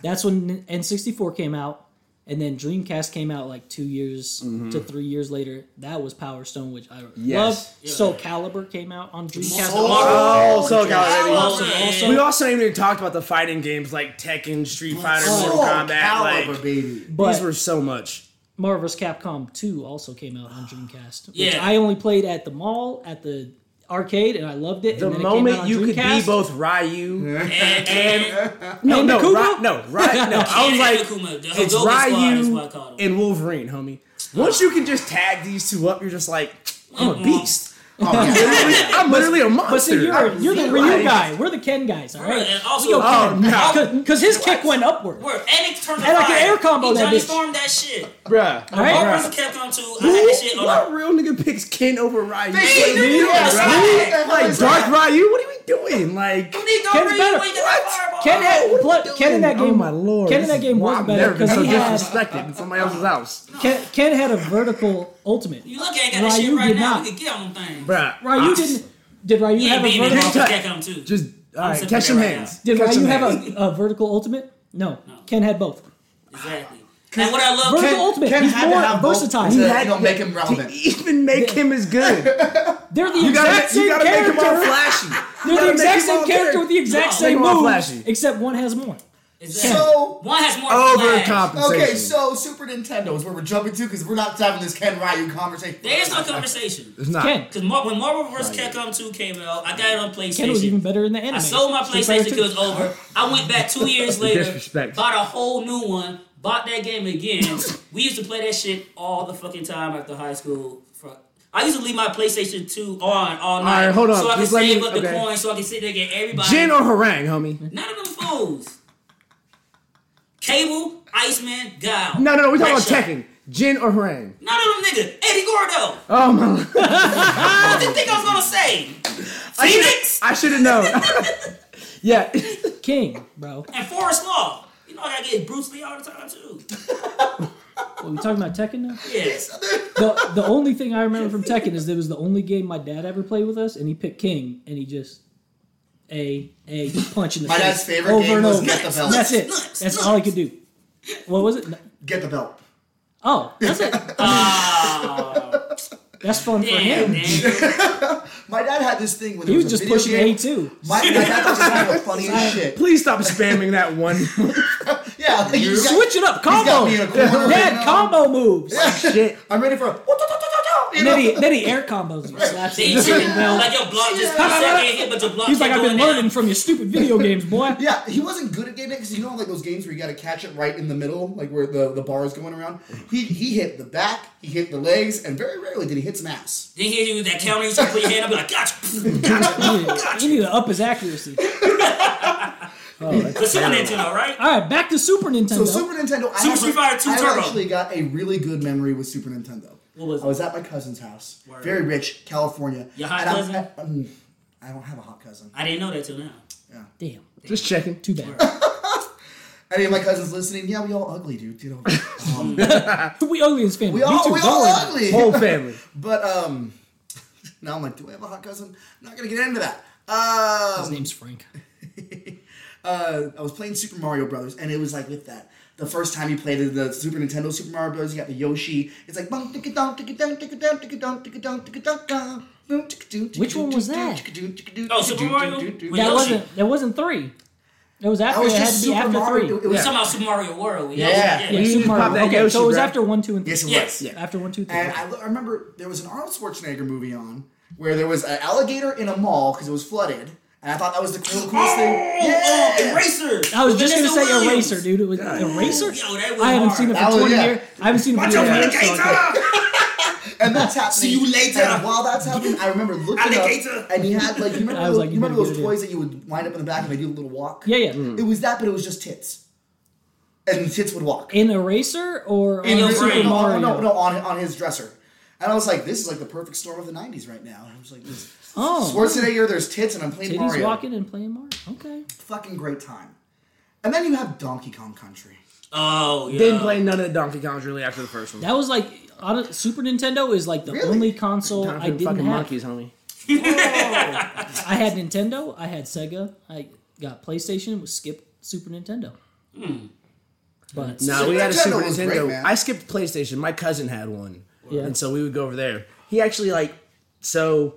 That's when N64 came out, and then Dreamcast came out like two years to three years later. That was Power Stone, which I
Mm-hmm. Yes.
love.
Yeah.
Soul Calibur came out on Dreamcast.
Soul-
Oh, Soul
Calibur.
Calibur.
Soul
baby. We also ain't even talked about the fighting games like Tekken, Street Fighter, Mortal
Soul
Kombat. Like,
Calibur, baby.
these
But
were so much.
Marvel's Capcom 2 also came out on Dreamcast. Which
Yeah.
I only played at the mall, at the arcade, and I loved it.
The
and then it came out
moment
on
you could be
Dreamcast.
both Ryu, Oh,
and, and
no, no,
Nakuma?
Ry- no, Ryu, no. I was
and
like,
Akuma, the
it's
Hodoken Squad is what I
Ryu
call them.
and Wolverine, homie. Once you can just tag these two up, you're just like, I'm a beast.
Oh, yeah.
I'm literally a monster.
But see, you're, you're the
Like-
Ryu guy. We're the Ken guys, all right?
and also,
Oh, no.
Because his kick went upward.
Word, and it turned
And I can
fire.
air combo
He
that
Johnny
bitch.
Storm that shit.
Bruh.
All right?
Marvel's Capcom 2. I had that shit
What
on a
real nigga picks Ken over Ryu?
Hey,
Like,
dude,
like,
yeah,
Ryu?
right.
Like Dark Ryu? What are we doing? Like
You need no
Ken's
reason
better.
why you got that
What?
fireball.
Ken
Oh,
had
what
pl- Ken in that game.
Oh my lord!
Ken in
This
that
is
game was
why I've
better
never been
because
so
he had
disrespected in somebody else's house,
Ken, Ken had a vertical ultimate.
You look ain't got that shit
Ryu
right
did
now.
not.
You can get on them things.
Bruh.
Ryu
I-
didn't. Did Ryu
You ain't
have a
beating it.
vertical?
Marvel's
Cut.
Capcom 2.
Just all right,
sipping
catch
it
some
right
hands.
Did
Catch
Ryu
some
have
hands.
a, a vertical ultimate? No. Ken had both.
Exactly. And what I love,
Vertical
Ken,
ultimate.
Ken
He's
had to
more
have both.
versatile.
He
You
had-
had
don't make him
to
relevant.
even make him as good.
They're the
You
exact
gotta, you
same
gotta make him all
character.
flashy. You
They're the
gotta make
exact
him
same
all
character with the exact
No,
same
make 'em all
moves,
flashy.
except one has more.
exactly.
So-
one has more flash.
Overcompensation.
Okay, so Super Nintendo is where we're jumping to because we're not having this Ken Ryu conversation.
There is no conversation.
it's not.
Ken.
Because Mar- when Marvel vs. Capcom 2 came out, I got it on PlayStation.
Ken was even better in the anime.
I sold my
Street Fighter
PlayStation because it was over. I went back two years later,
Disrespect.
bought a whole new one, bought that game again. we used to play that shit all the fucking time after high school. Fuck. I used to leave my PlayStation 2 on all night.
right, hold on.
So I could
Just let
save
me-
up the
okay.
coins so I could sit there and get everybody.
Gin or harangue, homie?
None of them fools. Cable, Iceman, Guile.
No, no, no. We're talking
Red
about
Shot.
Tekken. Gin or harangue?
None of them niggas. Eddie Gordo.
Oh my.
What did you think I was gonna say? Phoenix
I should have known. yeah.
two. King, bro.
and Forrest Law. You know I gotta get Bruce Lee all the time too.
What, we talking about Tekken now?
Yes.
the the only thing I remember from Tekken is it was the only game my dad ever played with us, and he picked King, and he just a a punch in the
My
face
dad's favorite game was Get the Belt.
That's it.
Nuts,
That's
nuts.
all he could do. What was it? No-
Get the belt.
Oh, that's it.
Ah.
that's fun for him.
Damn, man.
My dad had this thing when
He
there
was
was
just
a video
pushing
game.
A two.
My, my dad was just kind of funny as shit.
Please stop spamming that one.
Yeah, like you got-
Switch it up,
he's got
combo.
me in a corner.
Dad, combo moves.
Oh, Shit.
I'm ready for a. You
And then he,
know?
then he air combos you. Slaps
See,
you.
you
Fucking hell.
like your block just keep second hit, but your block.
He's like,
keep
I've been
going
learning
down.
from your stupid video games, boy.
Yeah, he wasn't good at game because you know like those games where you got to catch it right in the middle, like where the, the bar is going around. He he hit the back, he hit the legs, and very rarely did he hit some ass.
Then he hit you with that counter. You just put your hand up, be like, gotcha.
He needed- he needed to up his accuracy.
The Super Nintendo, right?
All right, back to Super
So
Nintendo.
Super Nintendo, I,
Super
have-
Street Fighter 2
I
Turbo.
actually got a really good memory with Super Nintendo.
What was
I was at my cousin's house,
Word.
very rich, California.
Your hot
and I'm-
cousin?
I, um, I don't have a hot cousin.
I didn't know that till now.
Damn,
Just checking.
too bad.
Any of my cousins listening? Yeah, we all ugly, dude. You know, um,
we ugly as family.
we
You
all
two,
we
don't
all
worry about it.
ugly.
Whole family.
But um, now I'm like, do I have a hot cousin? Not gonna get into that.
His
Um,
name's Frank.
uh, I was playing Super Mario Brothers, and it was like with that the first time you play the, the Super Nintendo Super Mario Bros. You got the Yoshi. It's like bong ticka dong ticka dong ticka dong ticka dong ticka dong ticka dong dong. Boom, ticka doo, ticka
Which
doo,
one was
ticka doo,
that?
ticka doo, ticka doo,
Oh,
ticka
Super
doo,
Mario?
doo, doo, doo.
With
That
Yoshi.
wasn't. That wasn't three. That was after.
That was
it had
just
to be
Super
after
Mario.
three.
It was
It's
Super
about Super Mario World.
Yeah.
Yeah.
Yeah,
You
Super
just pop
Mario.
that
Okay,
Yoshi,
so it was
bruh.
after one, two, and three.
Yes, it
Yeah.
was.
Yeah.
After one, two, three.
And I, I remember there was an Arnold Schwarzenegger movie on where there was an alligator in a mall because it was flooded, and I thought that was the cool, coolest
Oh,
thing.
oh, Eraser.
I was just gonna
Vanessa
say
Williams.
Eraser, dude. It was Eraser.
Yo, that was
I haven't
hard.
seen it
That
for
was-
twenty
yeah.
years. I haven't seen it for
Watch out for the
twenty years. so I
gator.
And that's happening.
See you later.
And while that's happening, I remember looking
Alligator.
up, and he had like you remember,
I was
those,
like,
you
you
remember
better
those
get it
toys that you would wind up in the back and they do a little walk.
Yeah, yeah.
It was that, but it was just tits, and the tits would walk.
In Eraser or on
your
Super
brain.
no,
Mario?
Oh, no, no, on on his dresser. And I was like, this is like the perfect storm of the '90s right now. I was like, this-
Oh,
Schwarzenegger, there's tits, and I'm playing
Titties
Mario.
walking and playing Mario. Okay.
Fucking great time. And then you have Donkey Kong Country.
Oh, yeah.
Didn't play none of the Donkey Kongs really after the first one.
That was like on a- Super Nintendo is like the
Really?
only console
Time for
I
them
didn't have.
fucking monkeys, homie.
I had Nintendo. I had Sega. I got PlayStation. Was skip Super Nintendo.
Hmm.
But
No, we had a
Nintendo
Super
was great,
Nintendo.
man.
I skipped PlayStation. My cousin had one,
Yeah.
and so we would go over there. He actually like so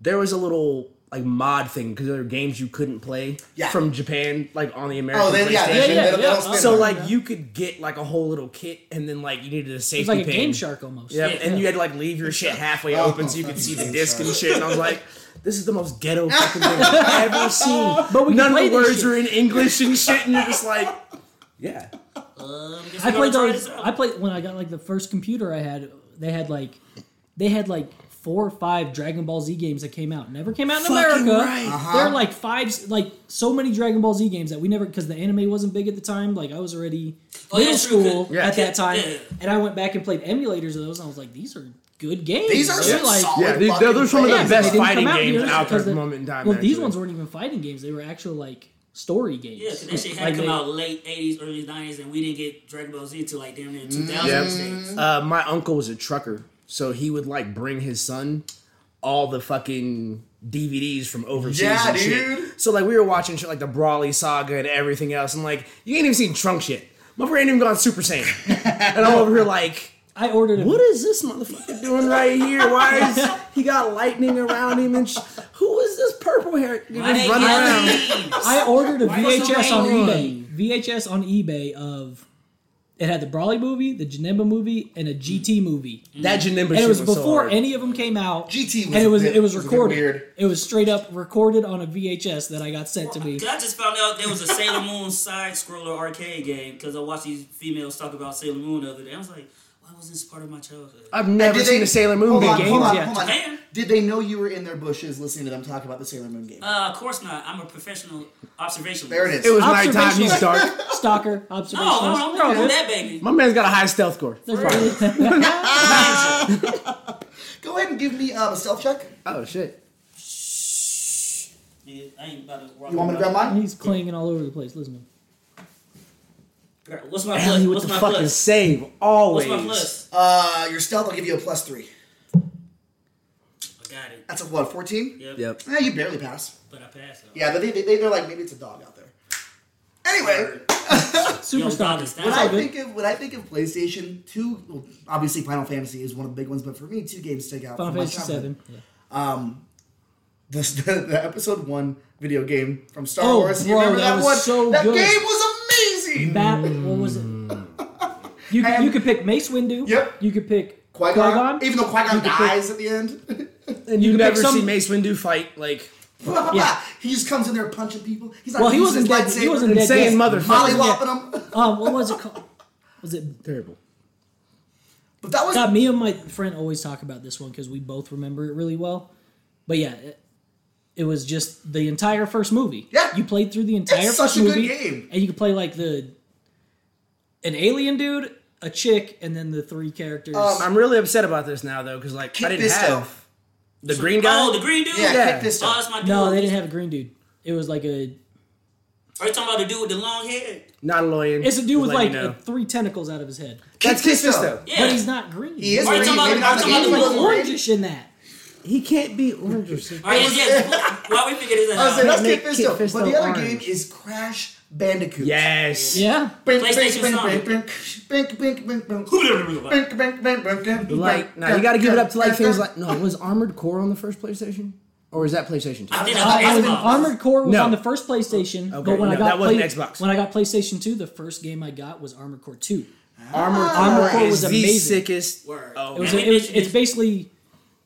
there was a little like mod thing because there were games you couldn't play
Yeah.
from Japan, like on the American
Oh, they, yeah,
PlayStation.
they,
Yeah, yeah,
they, they
yeah.
don't spin
So
them.
like you could get like a whole little kit, and then like you needed a safety
it's like a
pin.
Game Shark almost.
Yep,
Yeah.
and you had to like leave your shit halfway
Oh,
open so you could
fucking
see the
Game
disc
Shark.
and shit. And I was like, this is the most ghetto fucking thing I've ever seen. But
we can
none
play
of the
this
words
shit.
are in English and shit, and you're just like, yeah.
Um, guess
I
we gotta
played
try
those.
this out.
I played when I got like the first computer I had. They had like, they had like four or five Dragon Ball Z games that came out. Never came out in
Fucking
America.
right.
There are like five, like so many Dragon Ball Z games that we never because the anime wasn't big at the time. Like I was already
Oh, yeah,
middle
true, good.
school
Yeah.
at that time,
Yeah.
and I went back and played emulators of those, and I was like, these are good games.
These are
They're,
some
like.
solid
Yeah, these-
fucking
those are some of the
things.
best
they didn't
fighting
come
games
here
out there
because
at the
they-
moment in time,
Well, these
actually.
ones weren't even fighting games; they were actual like story games.
Yeah, 'cause that shit had
Like,
to
they-
come out late 80s, early 90s, and we didn't get Dragon Ball Z until like damn near 2000
Yeah.
states.
Uh, my uncle was a trucker, so he would like bring his son all the fucking DVDs from overseas.
Yeah,
and shit.
dude.
So like we were watching shit like the Brawley saga and everything else, and like you ain't even seen Trunk shit. Motherfucker ain't even gone Super Saiyan, and I'm over here like.
I ordered.
What is this motherfucker doing right here? Why is he got lightning around him? And sh- who is this purple hair dude
Why
just
they
running
got
around?
leaves?
I ordered a
was the
VHS on
rain
eBay. VHS on eBay of it had the Brawley movie, the Janemba movie, and a GT movie.
Mm-hmm. That Janemba
And
shit
it was
so
before
hard.
any of them came out.
GT was
and
a
it was
bit-
it was
was a bit
recorded.
weird.
It was straight up recorded on a VHS that I got sent to me.
I just found out there was a Sailor Moon side scroller arcade game because I watched these females talk about Sailor Moon the other day. I was like, why wasn't this part of my childhood?
I've
And
never
did
seen
they-
a Sailor Moon
hold on,
game.
Hold on,
Yeah.
hold on.
Japan.
Did they know you were in their bushes listening to them talk about the Sailor Moon game?
Uh, of course not. I'm a professional observationalist.
there it is.
It was nighttime.
Observational
He's dark.
stalker, observational.
Oh, No, I'm
They're all
not with
good.
that baby.
My man's got a high stealth score.
They're fine.
Go ahead and give me um, a stealth check.
Oh shit.
Yeah, I ain't about to rock
You want me to grab
about-
mine?
He's clanging all over the place. Listen to him.
Girl, What's my plus?
Ellie with
What's
the
my
fucking
plus?
save
What's
always.
my plus?
Uh, your stealth, I'll give you a plus three.
I got it.
That's a what, 14?
Yep.
Yep.
Yeah, you barely pass.
But I passed it.
Yeah, but they, they, they're like, maybe it's a dog out there. Anyway,
Super
Yo,
stalker.
Doc,
when
That's
I
all
think of when I think of PlayStation, two, well, obviously Final Fantasy is one of the big ones, but for me, two games stick out.
Final
from my
Fantasy
childhood.
Seven.
This- the, the episode one video game from Star
Oh,
Wars. You
bro,
remember
that
that,
was
one?
so
that
good.
game was amazing.
Bat, what was it? You could,
Mm. And-
you could pick Mace Windu.
Yep.
You could pick
Qui Gon, even though Qui
You
Gon
could pick-
dies at the end.
And you,
You
never
pick some-
see Mace Windu fight like
Yeah.
He just comes in there punching people. He's not
Well, he
using his
wasn't dead- he
lightsaber.
wasn't
and
dead
saying
yet.
motherfucker.
mollywopping him.
Um, what was it called? Was it?
Terrible.
But that was
God, me and my friend always talk about this one because we both remember it really well. But yeah, it, it was just the entire first movie.
Yeah.
you played through the entire
It's
first
such a good
movie,
game.
and you could play like the an alien dude, a chick, and then the three characters.
Um,
I'm really upset about this now though, because like
Kit
I didn't
Fisto.
have the green guy.
Oh, the green dude.
Yeah,
Yeah.
Kit Fisto.
Oh, that's my dude.
no, they didn't have a green dude. It was like a
Are you talking about the dude with the long head?
Not a lawyer.
it's a dude with like
you
uh
know.
three tentacles out of his head,
that's
Kit
Kit Fisto.
Fisto.
Yeah.
but he's not green.
He is
Are you
green.
talking
Maybe
about-
not
are you
the
talking
He's
game
about
like
the
one.
orangish in that.
He can't be Orange.
All right, yes, yes. Why we figure this
I was like,
out?
that's
Nick
Kid Fisto.
Kid Fisto
But the other
Orange.
game is Crash Bandicoot.
Yes.
Yeah.
Bink,
PlayStation
bink, bink,
Sonic.
bink, bink, bink, bink, bink, bink.
Who-
Uh,
Bink, bink, bink, bink, bink,
Like,
bink,
no, you got to
bink,
give it up to like
bink,
things
bink.
like no, was Armored Core on the first PlayStation, or is that PlayStation Two?
I think
Uh,
that's
it was
Xbox.
Armored Core was
No.
on the first PlayStation,
Okay,
but when I
no,
got
that wasn't
play-
Xbox.
when I got PlayStation Two, the first game I got was Armored Core Two.
Armored
Armored Core was
is the
amazing.
sickest.
Word.
Oh,
It was,
Yeah.
it was it's basically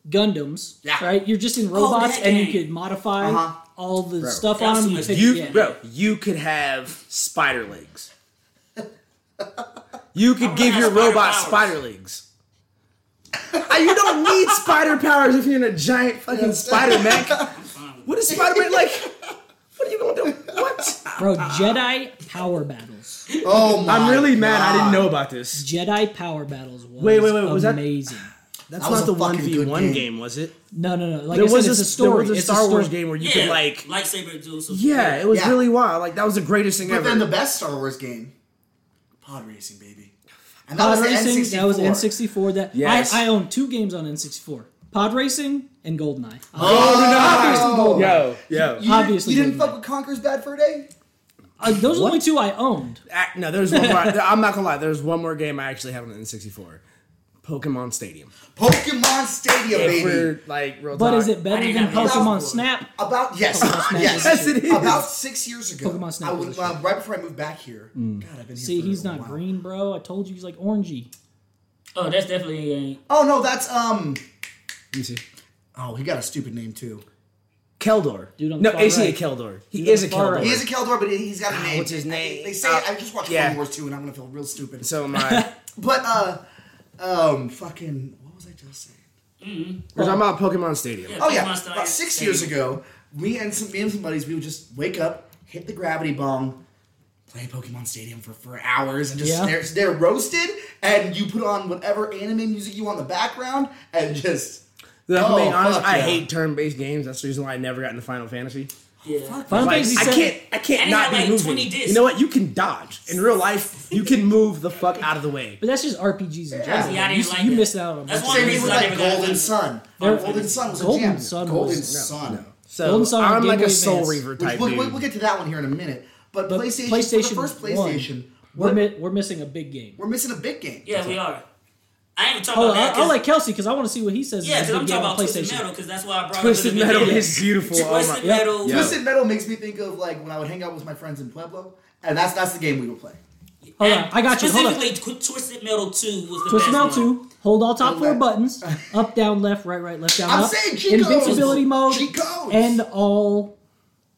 Gundams,
Yeah.
right? You're just in robots
that
and you
game.
could modify all the stuff
That's
on them.
too
You
much.
pick-
You,
yeah.
bro, you could have spider legs. You could give
have
your
spider
robot
powers.
spider legs. Ah, you don't need spider powers if you're in a giant fucking spider mech. What is Spider Man like? What are you gonna do? What?
bro. Jedi power battles.
Oh my!
I'm really mad. I
God.
didn't know about this.
Jedi power battles. Was
Wait, wait, wait, was that-
amazing?
That's
was
not
a
the one
fucking
v
good
one
game.
game, was it?
No, no, no. Like
There
I said,
was, a,
it's a
there
story.
was a
It's
Star Wars
story.
game where you
Yeah,
could like,
lightsaber duel. So
yeah, it was
Yeah.
really wild. Like that was the greatest thing
But
ever.
then the best Star Wars game, Pod Racing, baby. And that
Pod
was the
racing.
N64.
That was N64. That
Yes.
I, I own two games on N64. Pod racing and Goldeneye.
yo, yo.
You
Obviously
didn't- Oh, you
didn't.
didn't fuck with Conker's Bad Fur Day.
Uh, those are the only two I owned.
Ah, no, there's one more. I'm not gonna lie. There's one more game I actually have on the N64. Pokemon Stadium.
Pokemon Stadium,
If
baby.
we're like real
But
talk.
is it better
I
than
didn't have
Pokemon
those.
Snap?
About yes,
Smash
yes,
Yes, it is.
About six years ago,
Pokemon Snap
I
was
was,
a
uh, right before I moved back here. God, I've been
See,
here. for
he's
a
not
while.
green, bro. I told you he's like orangey.
Oh, that's definitely a
Oh no, that's um.
Let me see.
Oh, he got a stupid name too.
Keldor.
Dude on the
no,
far
ACA
right.
Keldor. He
Dude on
is
the
a
far
Keldor.
right.
He is a Keldor, but he's got a name.
what's his
I-
name?
They say
Uh,
I just watched
yeah.
Clone Wars two, and I'm gonna feel real stupid.
So am I.
But uh, um, fucking, what was I just saying?
We're talking about Pokemon Stadium.
Oh yeah,
Pokemon style
about six
thing.
years ago, me and some me and some buddies, we would just wake up, hit the gravity bomb, play Pokemon Stadium for, for hours, and just
Yeah.
they're, they're roasted, and you put on whatever anime music you want in the background, and just
If I'm being
Oh,
honest,
fuck
I
yeah.
hate turn-based games. That's the reason why I never got into Final Fantasy.
yeah.
Final
Like,
Fantasy
I
VII
can't. I
And
can't
it
not
had,
be
like,
moving.
20 discs.
You know what? You can dodge in real life. You can move the fuck out of the way.
But that's just RPGs in general.
See, I
you
didn't like
you
it.
missed out on
That's
that.
one
same
reason
thing with
I
like
never got
Golden
into-
Sun.
There-
Golden Sun was
Golden
a jam.
Sun
Golden
was- no,
Sun.
So
Golden Sun on
I'm like
Game
a
Boy
Soul
Advance.
Reaver
Which
type
we'll,
dude.
we'll, we'll get to that one here in a minute. But
But
PlayStation, for
PlayStation
the first
1,
PlayStation,
we're,
we're,
mi- we're missing a big game.
we're missing a big game.
Yeah, we are. I ain't talking
Oh,
about
I,
that.
I'll
'cause-
let Kelsey because I want to see what he says.
yeah,
is a
because I'm
big game
talking about
on
Twisted
PlayStation.
Metal because that's why I brought up
Twisted
in the
Metal
beginning.
is beautiful. Oh
Twisted
my.
Metal.
Yeah.
Twisted Metal makes me think of like when I would hang out with my friends in Pueblo, and that's that's the game we would play.
Hold
and
on, I got you. Hold on.
Specifically, Tw- Twisted Metal Two was the
Twisted
best
Metal
one.
2, hold all top
Hold
four
that.
buttons. Up, down, left, right, right, left, down,
I'm
up.
saying cheat codes.
Invincibility mode.
Cheat codes.
And all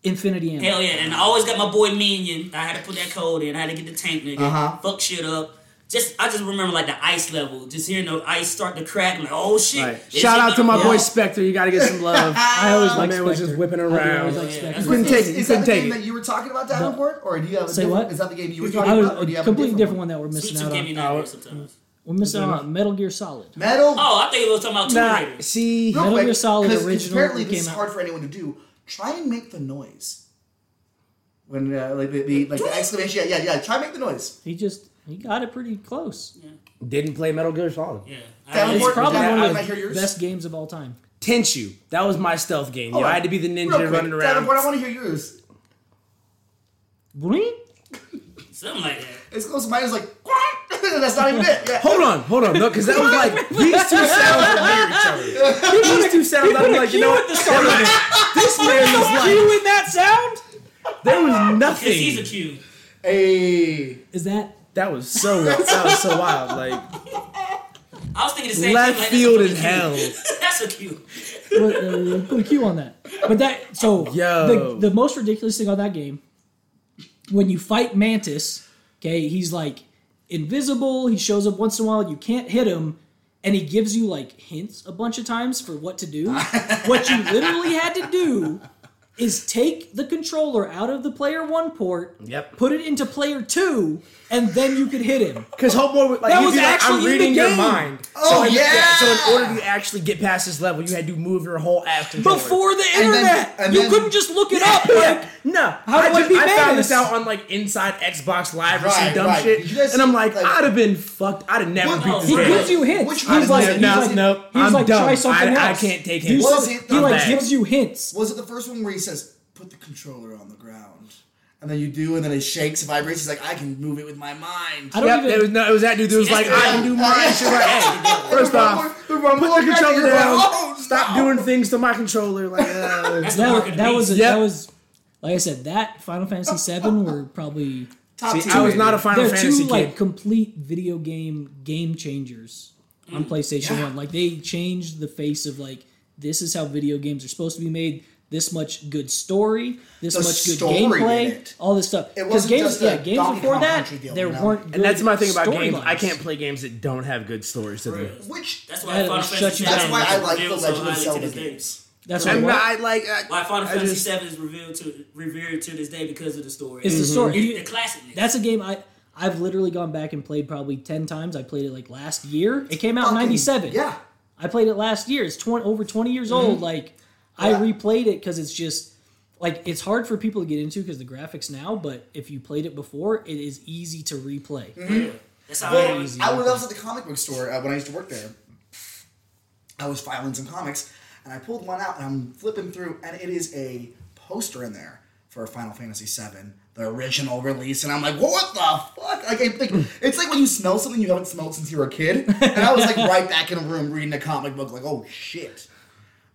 infinity ammo.
Hell yeah, and I always got my boy Minion. I had to put that code in. I had to get the tank nigga.
Uh-huh.
Fuck shit up. Just I just remember like the ice level. Just hearing the ice start to crack. I'm like, oh shit.
Right.
This
Shout
shit
out to my
gonna-
boy
Yeah.
Spectre. You gotta get some love.
I always
My
like
man was just whipping around.
I,
Yeah, that's
Spectre.
what-
Couldn't take it.
Is,
You
is that
couldn't
the
take
game
it.
that you were talking about, Davenport, or do you have a
Say
different,
what?
Is that the game you were
I
talking
was
about, or do
a
you have
completely
a
different one
one?
that we're missing
Sweet
out
tooth gave me
on.
nightmares sometimes.
We're missing out on Metal Gear Solid.
Metal.
Oh, I think it was talking about Tomb
Nah,
Raider.
see,
real
Metal
quick,
Gear Solid
'cause- 'cause
original
Apparently,
came
this is
out.
hard for anyone to do. Try and make the noise when uh, like the, the like the exclamation. Yeah, yeah, yeah. Try and make the noise.
He just he got it pretty close.
didn't play Metal Gear Solid.
Yeah. I-
That was-
It's
Or-
probably
Yeah,
one
I
of
might hear
the
yours.
best games of all time.
Tenchu. That was my stealth game. Yo, I had to be the ninja
Real quick,
running around.
Davenport, I want to hear yours.
Boing.
something like that.
It's close to mine. It's like that's not even it. Yeah.
Hold on, hold on, no, because that was like these two sounds were near each other. These two sounds, I'm like, you know what? This man was like,
in that sound?
there was
Cause he's a
nothing.
cube.
Hey.
Is that
That was so, that was so wild. Like
I was thinking the same
left
thing.
field
Like,
in hell.
that's a cube.
put, uh, put a Q on that? But that so
Yo.
the the most ridiculous thing on that game when you fight Mantis, okay, he's like invisible. He shows up once in a while. You can't hit him. And he gives you like hints a bunch of times for what to do. what you literally had to do is take the controller out of the player one port,
Yep.
put it into player two, and then you could hit him.
Because Homeboy would like
That
he'd
was
be like,
actually in
I'm
the
reading your
game.
mind.
Oh,
so in-
yeah!
So in order to actually get past this level, you had to move your whole ass controller.
Before the
And then-
internet,
and
you
then-
couldn't just look it up. Like,
Yeah, no,
How
I,
do I
just,
be
I
mad?
found this out on like inside Xbox Live or some
Right,
dumb
right.
shit,
Did you guys
and I'm
see,
like,
like-
I'd have been fucked. I'd have never
What-
beat
Oh,
this
He
Right.
game.
gives you hints.
Which
he's
was
like,
it?
he's
No,
like,
nope.
he's
I'm
like,
dumb.
try something
I- I
else.
can't take
He
hints.
like-
Was it
he
the
like
bad?
gives you hints.
Was it the first one where he says, "Put the controller on the ground," and then you do, and then it shakes, vibrates. He's like, "I can move it with my mind."
I don't
Yep,
even.
there was no, it was that dude. It was like, I can do more shit right. Hey, first off,
The rumble
put the
effect,
controller
you're like,
down.
"Oh,
Stop
no."
doing things to my controller. Like, uh,
That's the mark
that,
of the
that
beast.
was a,
Yep.
that was like I said that Final Fantasy VII were probably
Top
see,
tier,
I was
baby.
not a Final
they're
Fantasy
two like
kid.
complete video game game changers on PlayStation
Mm. yeah.
One. Like they changed the face of like this is how video games are supposed to be made. This much good story, this
The
much good
story in
gameplay,
it.
all this stuff.
It
'Cause
wasn't
games,
just a
yeah, games
Donkey
before
Kong
that
Country deal,
there
no.
weren't.
And that's my thing about
storylines.
games. I can't play games that don't have good stories to them.
Which
That's why
That'll
Final
shut
Fantasy
you
VII
down.
that's why I
is
like the
revealed so
Legend
highly
of
to
Zelda
this day.
games.
That's
I'm
what-
not, I like. I,
Why Final
I
Fantasy
just-
VII is revealed to revered to this day because of the story.
It's the story.
It's the classicness.
That's a game I I've literally gone back and played probably ten times. I played it like last year. It came out in
Fucking-
'97.
Yeah. Mm-hmm.
I played it last year. It's 20, over 20 years old. Like I
Yeah.
replayed it because it's just like it's hard for people to get into because the graphics now. But if you played it before, it is easy to replay.
Mm-hmm.
That's how
Well,
it is.
I was, I was at the comic book store uh, when I used to work there. I was filing some comics, and I pulled one out, and I'm flipping through, and it is a poster in there for Final Fantasy VII, the original release, and I'm like, what the fuck? Like, it, like, it's like when you smell something you haven't smelled since you were a kid, and I was like right back in a room reading a comic book, like, oh shit.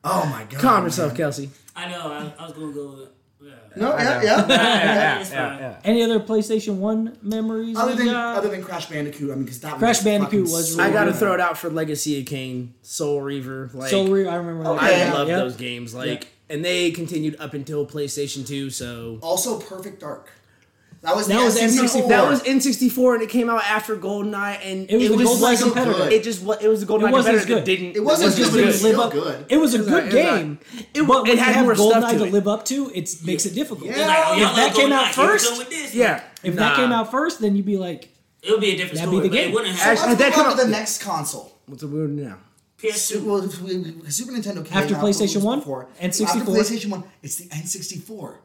Oh my god.
calm yourself, Kelsey.
I know. I, I was gonna go. with- Yeah.
No, yeah, yeah.
Yeah,
It's
yeah,
fine.
yeah.
Any other PlayStation One memories?
other
we
than
got?
other than Crash Bandicoot, I mean, because that one
Crash
just fucking
Bandicoot was
sucked.
I gotta
Yeah.
throw it out for Legacy of Kane, Soul Reaver. Like,
Soul Reaver, I remember. that.
I
Yeah.
love
Yep.
those games. Like, and they continued up until PlayStation Two. So
Also, Perfect Dark. That was
That was
the N64.
N64.
That was N64, and it came out after GoldenEye, and
It was the
just
GoldenEye
wasn't
competitor.
good. It just wa- it was the GoldenEye
It wasn't
competitor
as
that
good.
didn't.
It wasn't
wasn't
as
Just
good,
didn't
but it's
live
still
up-
good.
It was a
was not-
good
it was not-
game.
it wa-
but when
it
you
had
have
more stuff
GoldenEye
to
to
it.
live up to, it makes it difficult.
Yeah.
It's like, oh,
If
y'all
that
ain't
came
gonna
out
knock it. We're
first-
done with this.
Yeah,
If
Nah.
that came out first, then you'd be like,
it would be a different
That'd be
story.
the
but
game.
it wouldn't
Let's
Actually-
have
At that
move on
time-
to the next console.
what's the word now?
PS2.
Well, if we- we- Super Nintendo came
After
out, what was
PlayStation 1?
before?
N64?
After PlayStation One, it's the N64,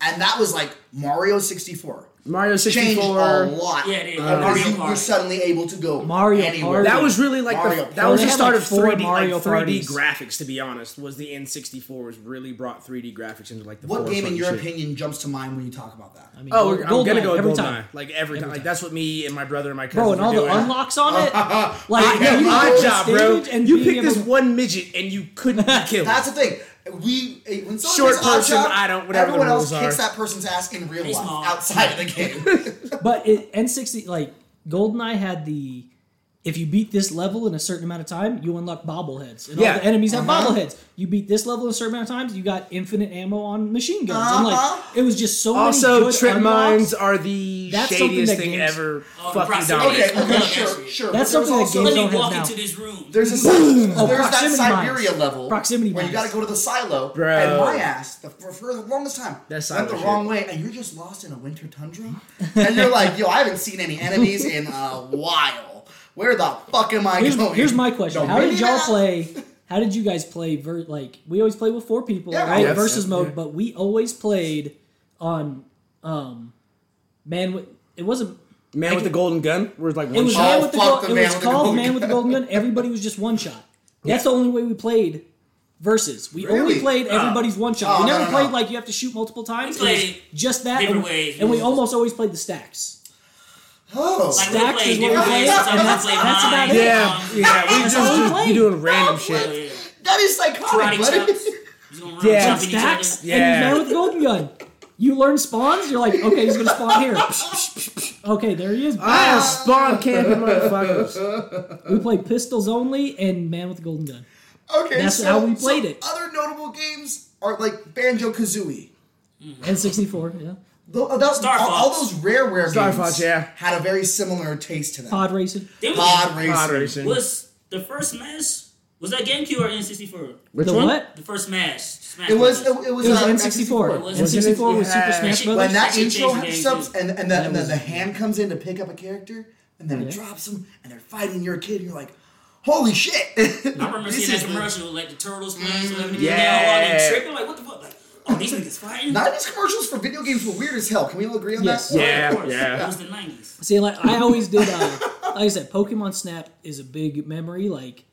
and that was like Mario 64.
Mario
Changed a
64.
lot.
Yeah, it is.
because
Mario
you
Kart.
were suddenly able to go
Mario
anywhere.
Kart.
That was really like
Mario
the
Kart.
that was
They
the
had,
start
like,
of
four
3D
Mario
like 3D
parties.
graphics. To be honest, was the N64 was really brought 3D graphics into like the
What game,
forefront
in
and
your
shit.
opinion, jumps to mind when you talk about that?
I mean,
Oh, we're, I'm gonna
GoldenEye
go
every
GoldenEye.
time.
Like every, time, like that's what me and my brother and my cousin.
Bro, and
were
all the
doing.
unlocks on it.
I
Like,
had
you
an
go
odd
to
job,
stage
bro.
and
You
being
picked
able-
this one midget and you couldn't be killed.
That's the thing. We eh, when someone
Short
gets odd
person,
job,
I don't- whatever the
everyone else
rules
kicks
are.
that person's ass in real life
small.
outside of the game.
But it, N60, like, GoldenEye had the. If you beat this level in a certain amount of time, you unlock bobbleheads. And
Yeah.
all the enemies have
Uh-huh.
bobbleheads. You beat this level a certain amount of times, you got infinite ammo on machine guns. I'm
Uh-huh.
like, it was just so many
also,
good
trip
unlocks.
mines are the
That's something
shadiest
that
thing
games-
ever.
Oh,
fucking
proximity.
dominant.
okay,
I
okay,
love that
sure,
shit.
That's
sure. But there's
something that
also-
games
Let
don't
me
have
walk
now.
into this room.
There's a boom.
Oh,
there's that
proximity
Siberia
mines.
level
Proximity
where you got
mines.
to go to the silo.
Bro.
And my ass, the, for, for the longest time,
That's
went the
silo
wrong
shit.
way, and you're just lost in a winter tundra. and you're like, yo, I haven't seen any enemies in a while. Where the fuck am I
Here's,
going?
here's my question:
No,
How did
maybe
y'all
not.
play? How did you guys play? Ver- like we always play with four people,
Yeah.
right?
Yes.
Versus
Yeah.
mode, but we always played on, um, man. with- It wasn't.
Man with the golden gun. Where it's like
It
one
was
shot.
man
Oh,
with the
fuck
gold.
the
It
man
was
with the
called
golden
man with the golden gun. Everybody was just one shot. That's the only way we played. Versus, we
Really?
only played everybody's one shot.
Oh,
we
no,
never
no, no.
played like you have to shoot multiple times.
We
It was
played
just that,
different
and,
ways.
and we almost always played the stacks.
Oh.
Like, we
Stacks
played
is what we
different
played,
ways. Some
and
we
that's-
played
that's about
mine.
it.
Yeah, yeah. We just,
all we
just
played.
you doing random shit.
Yeah.
That is psychotic,
Karate
buddy.
chops. Just gonna run
Yeah.
jump in each other.
stacks
Yeah.
and he's man with the golden gun. You learn spawns, you're like, okay, he's gonna spawn here. okay, there he is.
I am spawn camping motherfuckers.
We play pistols only and man with the golden gun.
Okay,
That's
so,
how we played
so
it.
Other notable games are like Banjo Kazooie.
N64, yeah.
All, uh, those-
Star
all- all
Fox.
those rareware
Star
games
Fox, yeah.
had a very similar taste to them.
Pod racing.
There was-
Pod racing.
Moderation.
was the first Smash Was that GameCube or N64?
Which
the
one?
what?
the first Smash. Smash
It was
Brothers.
it, it was,
It was
uh,
N64.
was
N64 was Super
Yeah.
Smash
Actually,
Brothers.
When that
That shit
intro
changed the game,
stops
too.
and and then, and then
was-
the hand comes in to pick up a character and then it
Yeah.
drops him and they're fighting your kid and you're like, holy shit!
I remember
This
seeing that
is the- Mm,
commercial, like the turtles playing, so everything
Yeah.
down, all that tripping. Like, what the fuck? Like, oh, these niggas fighting?
Nineties commercials for video games were weird as hell. Can we all agree on
Yes.
that?
Of
Yeah,
course.
yeah.
It was the nineties.
See, like I always did. Uh, like I said, Pokemon Snap is a big memory. Like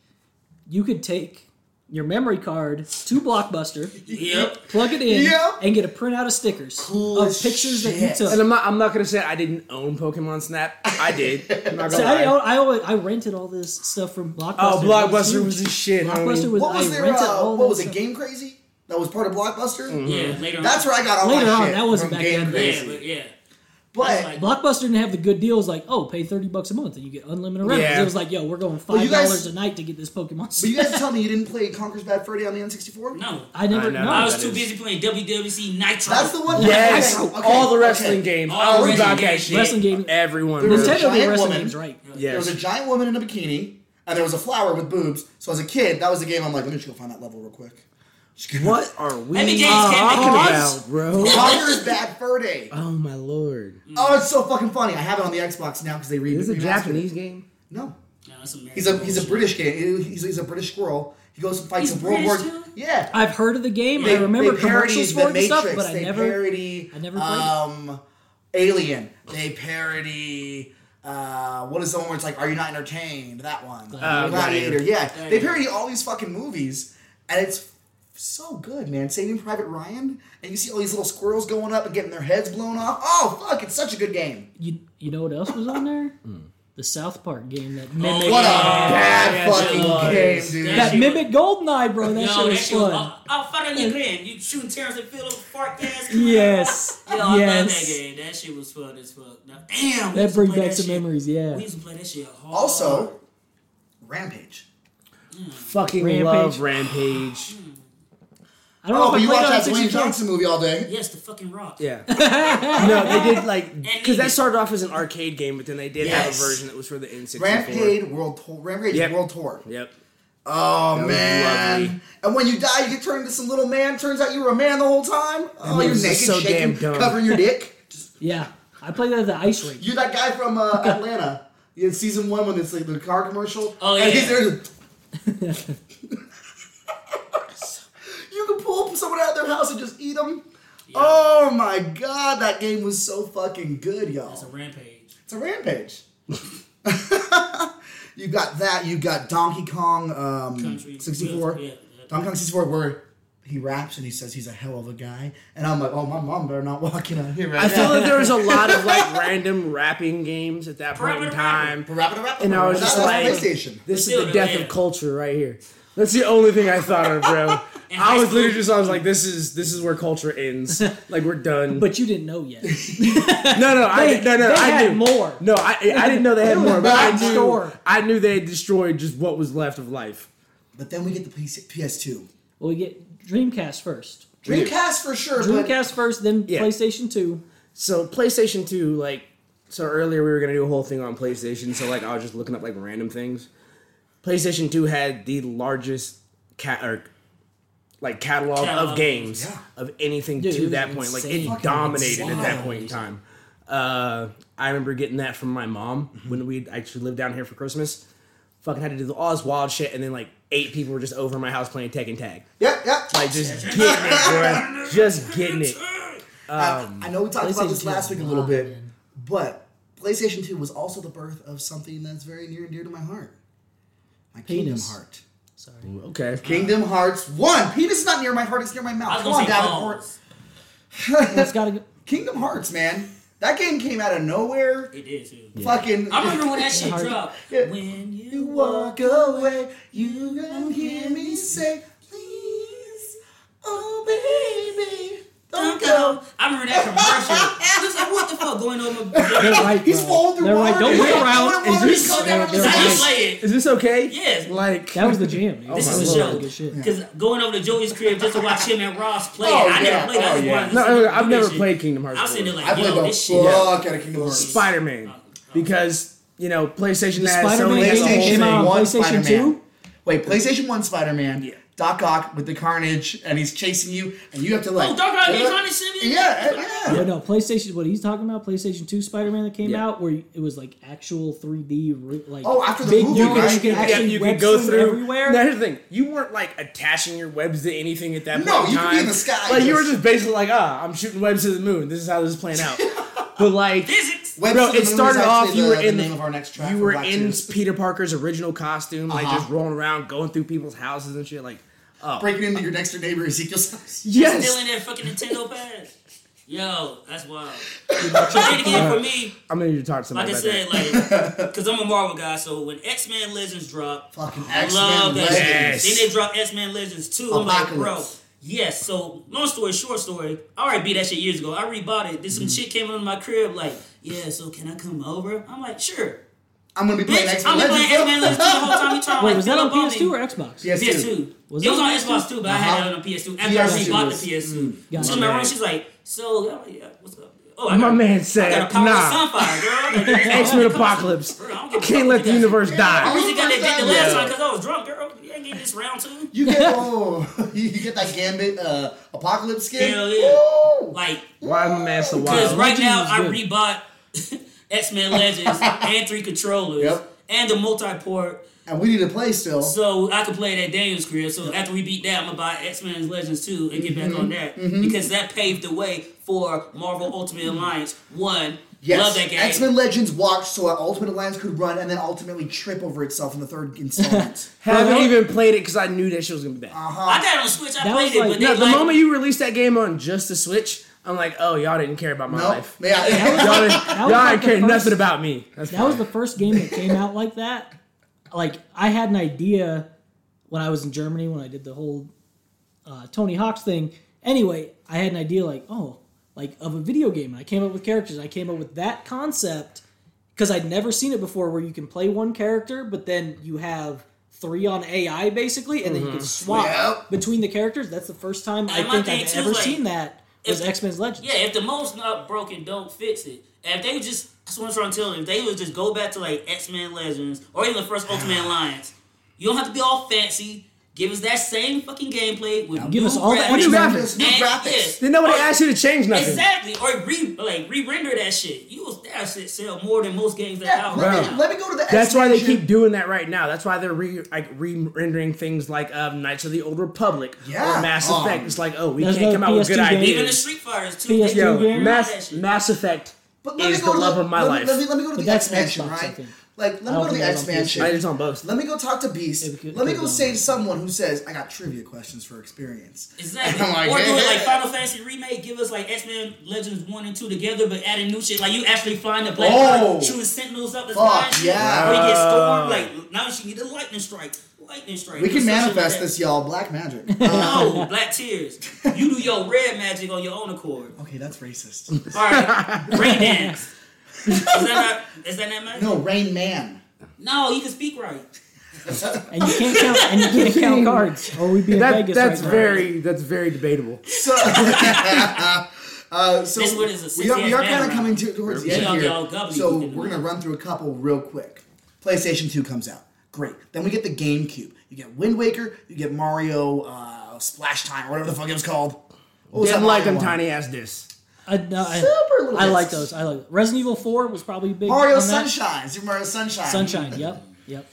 you could take your memory card to Blockbuster,
Yep.
plug it in,
Yeah.
and get a printout of stickers
Cool
of
as
pictures
shit.
that you
And
took.
I'm not. I'm not gonna say I didn't own Pokemon Snap. I did. I'm not
See,
gonna
I,
lie.
I, always, I rented all this stuff from Blockbuster.
Oh,
That
Blockbuster
huge.
was the shit,
Blockbuster
homie.
was.
What was
I
their
rented
uh,
all
what
that
was it?
stuff.
Game Crazy that was part of Blockbuster.
Yeah. Later.
That's
on.
where I got all
Later
my
on,
shit.
that wasn't
from
back then.
Game
Mm-hmm. Yeah,
Crazy.
but yeah.
but
That's like-
Blockbuster didn't have the good deals like, oh, pay thirty bucks a month and you get unlimited rentals.
Yeah.
It was like, yo, we're going
Well,
five
you guys-
dollars a night to get this Pokemon.
but
Snap.
you guys tell me you didn't play Conker's Bad Freddy on the N64?
No.
I never.
I know.
no.
I
that
was too
is-
busy playing WWC Nitro.
That's the one.
Yes,
Okay, okay,
all the
okay.
wrestling games.
All
I
wrestling
about that
games.
shit.
Wrestling games.
Everyone.
There was
bro.
a
Nintendo
giant
wrestling
woman.
games, right?
Yes.
There was a giant woman in a bikini, and there was a flower with boobs. So as a kid, that was the game. I'm like, let me just go find that level real quick. Just go-
What are we
Heavy games can't be
talking
cons.
about, bro?
Conker's Bad Freddy.
Uh-huh.
Oh my lord!
Oh, it's so fucking funny. I have it on the Xbox now because they read.
Is this a Japanese game?
No,
No, that's American
he's a he's a
bullshit.
British game. He's, he's a British squirrel. He goes and fights
He's
in World War.
British, too?
Yeah,
I've heard of the game.
They-
I remember
they parody
commercials
The
for it and stuff,
Matrix,
but I
they
never.
parody.
I never played it.
um, Alien. They parody. Uh, what is the one where it's like, "Are you not entertained?" That one.
Uh, Gladiator.
Gladiator. Yeah, they
Gladiator.
parody all these fucking movies, and it's so good, man. Saving Private Ryan, and you see all these little squirrels going up and getting their heads blown off. Oh fuck! It's such a good game.
You, you know what else was on there? the South Park game that mimic
yeah.
Oh, What a
Yeah,
bad
yeah,
fucking
yeah.
game, dude.
that
shit
mimic Goldeneye, bro. That
No,
shit
that
was
shit was.
fun.
I'll, I'll fight on your grand. You shooting Terrence and Phillips, fart gas.
Yes,
Yo, I love that
yes.
game. That shit was fun as fuck. Now, damn. we
That
used
brings
to play
back
that
some
shit.
memories. Yeah.
We used to play that shit hard.
Also, Rampage.
Fucking
Rampage.
love Rampage.
I don't
Oh,
know
but
if
you
I
watch
played it
that
on
Dwayne
64.
Johnson movie all day.
yes, the fucking rock.
Yeah. no, they did like because
Negan.
that started off as an arcade game, but then they did have a
Yes.
version that was for the N64.
Rampage World Tour. Rampage
Yep.
World Tour.
Yep.
Oh
was
man!
lovely.
And when you die, you get turned into some little man. Turns out you were a man the whole time. Oh,
movie
you're
was
naked,
so
shaking,
damn dumb.
covering your dick.
Yeah, I played that at the ice rink.
You're that guy from uh, Atlanta in season one when it's like the car commercial.
Oh,
And he's
yeah.
there. you can pull someone out of their house and just eat them. Oh my god, that game was so fucking good, y'all.
That's a rampage.
It's a rampage. you got that. You got Donkey Kong um,
Country.
64.
Yeah, yeah.
Donkey Kong 64, where he raps and he says he's a hell of a guy. And I'm like, oh, my mom better not walk in on here right
I feel
now.
like there was a lot of like random rapping games at that point in
Rapping,
time.
Rap it up.
And I was
That-
just
that's
like,
PlayStation.
this
Still
is the death
there.
of culture right here. That's the only thing I thought of, bro. I
high
was literally
school-
just, I was like, this is this is where culture ends. Like we're done.
But you didn't know yet.
no, no, I
They-
no, no,
they
I
had
knew
more.
No, I I didn't know they had
It was
more. But I
back
knew
store.
I knew they had destroyed just what was left of life.
But then we get the PC- PS2.
Well, we get Dreamcast first.
Dreamcast for sure. But
Dreamcast first, then
Yeah.
PlayStation Two.
So PlayStation Two, like, so earlier we were gonna do a whole thing on PlayStation. So like, I was just looking up like random things. PlayStation Two had the largest cat or like catalog
Catalog.
of games
Yeah.
of anything
Dude, it
to
was
that point. Like it
insane. Fucking
dominated at
wild.
that point in time. Uh, I remember getting that from my mom when we actually lived down here for Christmas. Fucking had to do the all this wild shit, and then like eight people were just over at my house playing Tekken Tag.
yeah, yeah.
Like just getting it, bro. Just getting it. Um,
I, I know we talked about this
PlayStation 2
last
is
week a little
wild,
bit,
man.
but PlayStation 2 was also the birth of something that's very near and dear to my heart. My Kingdom
Penis.
Heart.
Sorry.
Okay.
Kingdom Hearts 1. Penis is not near my heart, it's near my
I was
mouth. Come
gonna
on,
say
David
balls.
Hort.
That's gotta go.
Kingdom Hearts, man. That game came out of nowhere.
It is. Too.
Fucking.
I remember when that shit
Hard.
dropped.
Yeah.
When
You
you walk.
walk away, you gonna hear me say, please, oh baby, don't go.
I remember that commercial. It's like, what the fuck going on?
They're
with-
right,
He's
bro.
falling through
They're
water.
right. Don't
He's
wait
falling
around.
through
Is
water. He's
this?
going
They're,
down
they're
I just
right.
play it.
Is this okay?
Yes.
Like
That was the jam. Dude.
Oh
This
my
is
lord.
a show.
Good shit.
Because going over to Joey's crib just to watch him and Ross play.
Oh,
it, I
yeah.
never played.
Oh,
I just
yeah.
watched
No,
this
no, no,
shit.
I've never played Kingdom
I
Hearts.
was sitting there like,
I played
yo,
the
this shit.
fuck out of Kingdom Hearts.
Spider
Oh,
Man, because you know PlayStation has so
Spider-Man
many
game
other
came
whole
out
thing.
on
One
PlayStation
Spider-Man.
Two.
Wait, PlayStation One Spider Man.
Yeah.
Doc Ock with the Carnage, and he's chasing you, and you have to like.
Oh, Doc Ock,
Yeah,
he's on his ship, he's-
Yeah,
Yeah,
yeah.
no, PlayStation. What he's talking about, PlayStation Two Spider-Man that came
Yeah.
out, where it was like actual 3D, re- like
Oh, after the
big,
movie,
you could,
right?
you could
Yeah,
actually
you could
web
go
swing
through
everywhere.
Now, here's the thing: you weren't like attaching your webs to anything at that
No,
point. in
you could be in
time.
the sky,
Like you were
just-
just basically like, ah, I'm shooting webs to the moon. This is how this is playing out. but like,
Physics.
Webs
bro,
to the Moon
it
is
started
actually
off. You
the-
were
the
in
name of our next track
You
from
were
Black
in
Tears.
Peter Parker's original costume, like
Uh-huh.
just rolling around, going through people's houses and shit. Like, oh,
Breaking into your next door neighbor Ezekiel's house.
yes,
Stealing their fucking Nintendo pads. Yo, that's wild. But then again,
uh,
for me,
I'm gonna need to talk to
like
somebody
I
about
said,
that.
like, cause I'm a Marvel guy, so when X Men Legends drop,
Fucking
I
X-Men
love that shit.
Legends.
Then they drop X Men Legends too. I'm like, bro,
Apocalypse.
yes. So long story short, story. I already beat that shit years ago. I rebought it. Then some
Mm-hmm.
shit came into my crib, like, yeah. So can I come over? I'm like, sure.
I'm gonna be playing
Bitch,
X
I'm
Men.
playing X Men Legends 2 the whole time. You trying to
Wait,
like,
was that
fill
on
up on
PS2
me.
or Xbox?
Yes.
PS2.
Was
it was
it
on
on
Xbox too, but I had
Uh-huh.
it on PS2 after
Yes,
I
it
rebought
was.
the PS2.
Gotcha.
So my room, she's like, "So, I'm like, yeah, what's up? Oh, I
My
got-
man
I
said,
got a power
nah.
Sunfire, girl. I'm like, "Yeah,
X Men
come on, come on."
Apocalypse.
Girl, I don't give a fuck
Can't
what
let the
you guys-
universe
I
die.
only got that dick the last
Yeah.
time because I was drunk, girl. You ain't getting this round two.
You get oh, you get that Gambit uh, apocalypse skin.
Hell yeah.
Woo!
Like,
Why am I mad so
Because
wild?
Legends
right now
is
I
good.
rebought X Men Legends and three controllers
Yep.
and the multi port,
And we need to play still.
so I could play it at Daniel's career. So after we beat that, I'm gonna buy X Men Legends two and get back
Mm-hmm.
on that because that paved the way for Marvel Ultimate Alliance one.
Yes.
Love that game.
X Men Legends walked so our Ultimate Alliance could run and then ultimately trip over itself in the third installment.
Haven't
Bro,
even played it because I knew that shit was gonna be bad.
Uh,
I got it on Switch. I
That
played
was
it,
like-
but
No,
they
the
like,
moment you released that game on just the Switch, I'm like, oh, y'all didn't care about my
no,
life.
yeah,
Y'all didn't,
was
y'all
like
didn't
the
care
first-
nothing about me. That's
That was the first game that came out like that. Like I had an idea when I was in Germany when I did the whole uh, Tony Hawk's thing. Anyway, I had an idea like oh, like of a video game. I came up with characters. I came up with that concept because I'd never seen it before, where you can play one character, but then you have three on AI basically, and then you can swap
Yep.
between the characters. That's the first time I
And my
think
thing
I've
too,
ever
like,
seen that. Was X Men's Legends?
Yeah, if the mold's not broken, don't fix it. And if they would just, that's what I'm trying to tell them. If they would just go back to like X Men Legends or even the first Ultimate Alliance, you don't have to be all fancy. Give us that same fucking gameplay with
Give
new
us all the
graphics.
extra-
New
X-Men-
graphics.
New
And-
graphics.
yeah.
Then nobody
Or-
asked you to change nothing.
Exactly, or re like re-render that shit. You will that shit sell more than most games that
Yeah,
out right
let,
now.
me, let me go to the.
That's why they
X-Men
keep doing that right now. That's why they're re like re-rendering things like um, Knights of the Old Republic
Yeah.
or Mass
Um,
Effect. It's like, oh, we
There's
can't
no
come out with
PS2
good
game.
Even the
ideas.
Street Fighters too.
PS2
Yo,
game.
Mass, Mass Effect
But let
is
me
the
go to
love of my
let
life.
Me, let, me, let me go to
But
the
that's
X mansion,
Xbox, I
right?
think.
Like, let
I
me
don't
go to
think
the
it was
X
on
mansion.
PS2.
I did it on both.
Let me go talk to
It
Beast.
could-
Let me
could
go
go
say
on.
to someone who says, "I got trivia questions for experience."
Exactly.
And I'm like,
or do it
"Yeah."
like Final Fantasy remake. Give us like X Men Legends one and two together, but adding new shit. Like you actually find the black
Oh.
oh, shooting sentinels up the
Fuck,
sky. and shit.
yeah.
Or you get stormed. Like now she get a lightning strike. Lightning strike.
We
or
can
some shit like
manifest
that.
this, y'all. Black magic. Uh,
No, black tears. You do your red magic on your own accord.
okay, that's racist.
All right, rain dance. Is that not? Is that not magic?
No, Rain Man.
No, you can speak right.
and you can't count and you can't count cards. Or we'd be in
That,
Vegas.
that's
right now.
very that's very debatable.
So, uh, so
This one is a
we are, we are
six-hand
kind
round.
of coming to, towards the
Yeah,
end
y'all-
here.
y'all gobbly
so
eating
we're
them.
gonna run through a couple real quick. PlayStation Two comes out, great. Then we get the GameCube. You get Wind Waker. You get Mario uh, Splash Time, or whatever the fuck it was called. What was
Didn't
that
like
Mario
them
one?
tiny ass discs.
I, no, I,
Super little
I like
discs.
those. I like Resident Evil Four was probably big.
Mario
on that.
Sunshine, Super Mario Sunshine,
Sunshine. Yep. Yep.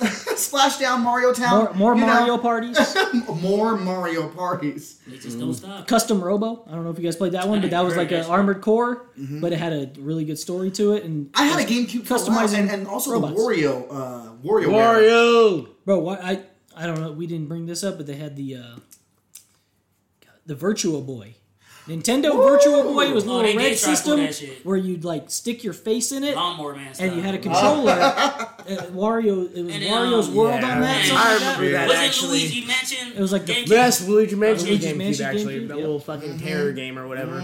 Splashdown, Mario
More,
Town,
more
Um, you know,
Mario parties.
more Mario parties.
It just don't stop.
Custom Robo. I don't know if you guys played that one, but that was like an Armored Core, but it had a really good story to it. And
Mm-hmm. I had a GameCube for a while,
Customizing
and, and also
robots.
the Wario, uh, Wario,
Wario.
bro, why, I I don't know. We didn't bring this up, but they had the uh, the Virtua Boy. Nintendo Virtua Boy was a
Oh,
little
they did
red
try to pull
system
that shit.
where you'd like stick your face in it,
Lawnmower man. Style.
and you had a controller. Uh, Wario, it was
And,
Wario's
um,
World
yeah,
on that.
I
something like
remember that.
Wasn't
actually-
Luigi Mansion?
It was like the-
GameCube?
Yes, Luigi Mansion
Luigi's
GameCube
Mansion
actually
GameCube,
that
yep.
little fucking terror game or whatever.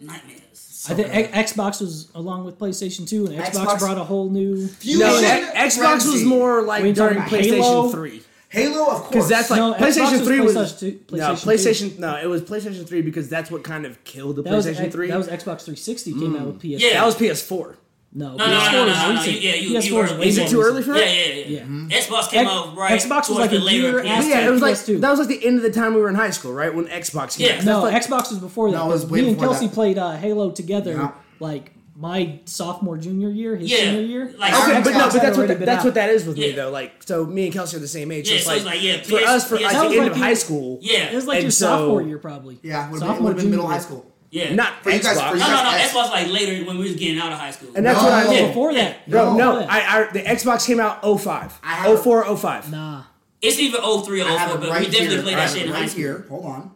nightmares.
I think X- Xbox was along with PlayStation 2, and Xbox,
Xbox-
brought a whole new.
Fusion
No, that- Xbox was
Frenzy.
more like
We ain't
during
talking about
PlayStation
Halo?
Three
Halo, of course.
because that's like
No, Xbox
PlayStation
was
Three was
PlayStation two-
no
PlayStation
PlayStation no it was PlayStation Three Mm. because that's what kind of killed the
That was,
PlayStation
X-
Three.
that was Xbox 360 came out with PS.
Yeah.
That was PS4.
No,
No, no,
PS4
no, no,
was
no, no.
recent.
You, yeah, you,
PS4
you
was
were-
way
is it
more
too
recent.
early for
Yeah,
it?
yeah, yeah. Xbox
X-
came out right.
Xbox was
towards
like a
the later
year
PS2.
after.
Yeah, it was like
PS2.
that was like the end of the time we were in high school, right? When Xbox came
Yeah.
out.
No,
That's like-
Xbox was before that.
No, it was
but
way
me and
before
Kelsey
that.
played uh, Halo together,
Yeah.
like my sophomore, junior year, his
Yeah,
senior year.
like-
Our
Okay, but
Xbox
no, but
had
that's what
already
that,
been
that's
out.
what that is with me
Yeah.
though. Like, so me and Kelsey are the same age. so
Yeah,
it's
so
like,
it's like, yeah,
for
PS
us, for like
that
the
was
end
like
of
your-
high school,
Yeah.
It was like
And
your
so-
sophopore year, probably.
Yeah, would have
Sophomore,
been, been middle
junior
high
year.
school.
yeah.
not
For you guys-
Xbox.
for you
no, no, no.
X-
Xbox was like later when we was getting out of high school.
and that's what I
No.
It was
mean.
before that,
Bro, no,
Before that.
I, I the Xbox came out 05.
I have-
04, 05.
nah.
it's even 03 or
I
04,
have
but
it right
we definitely
here.
played
I
that
have
shit
it
in high
right
school.
here. Hold on.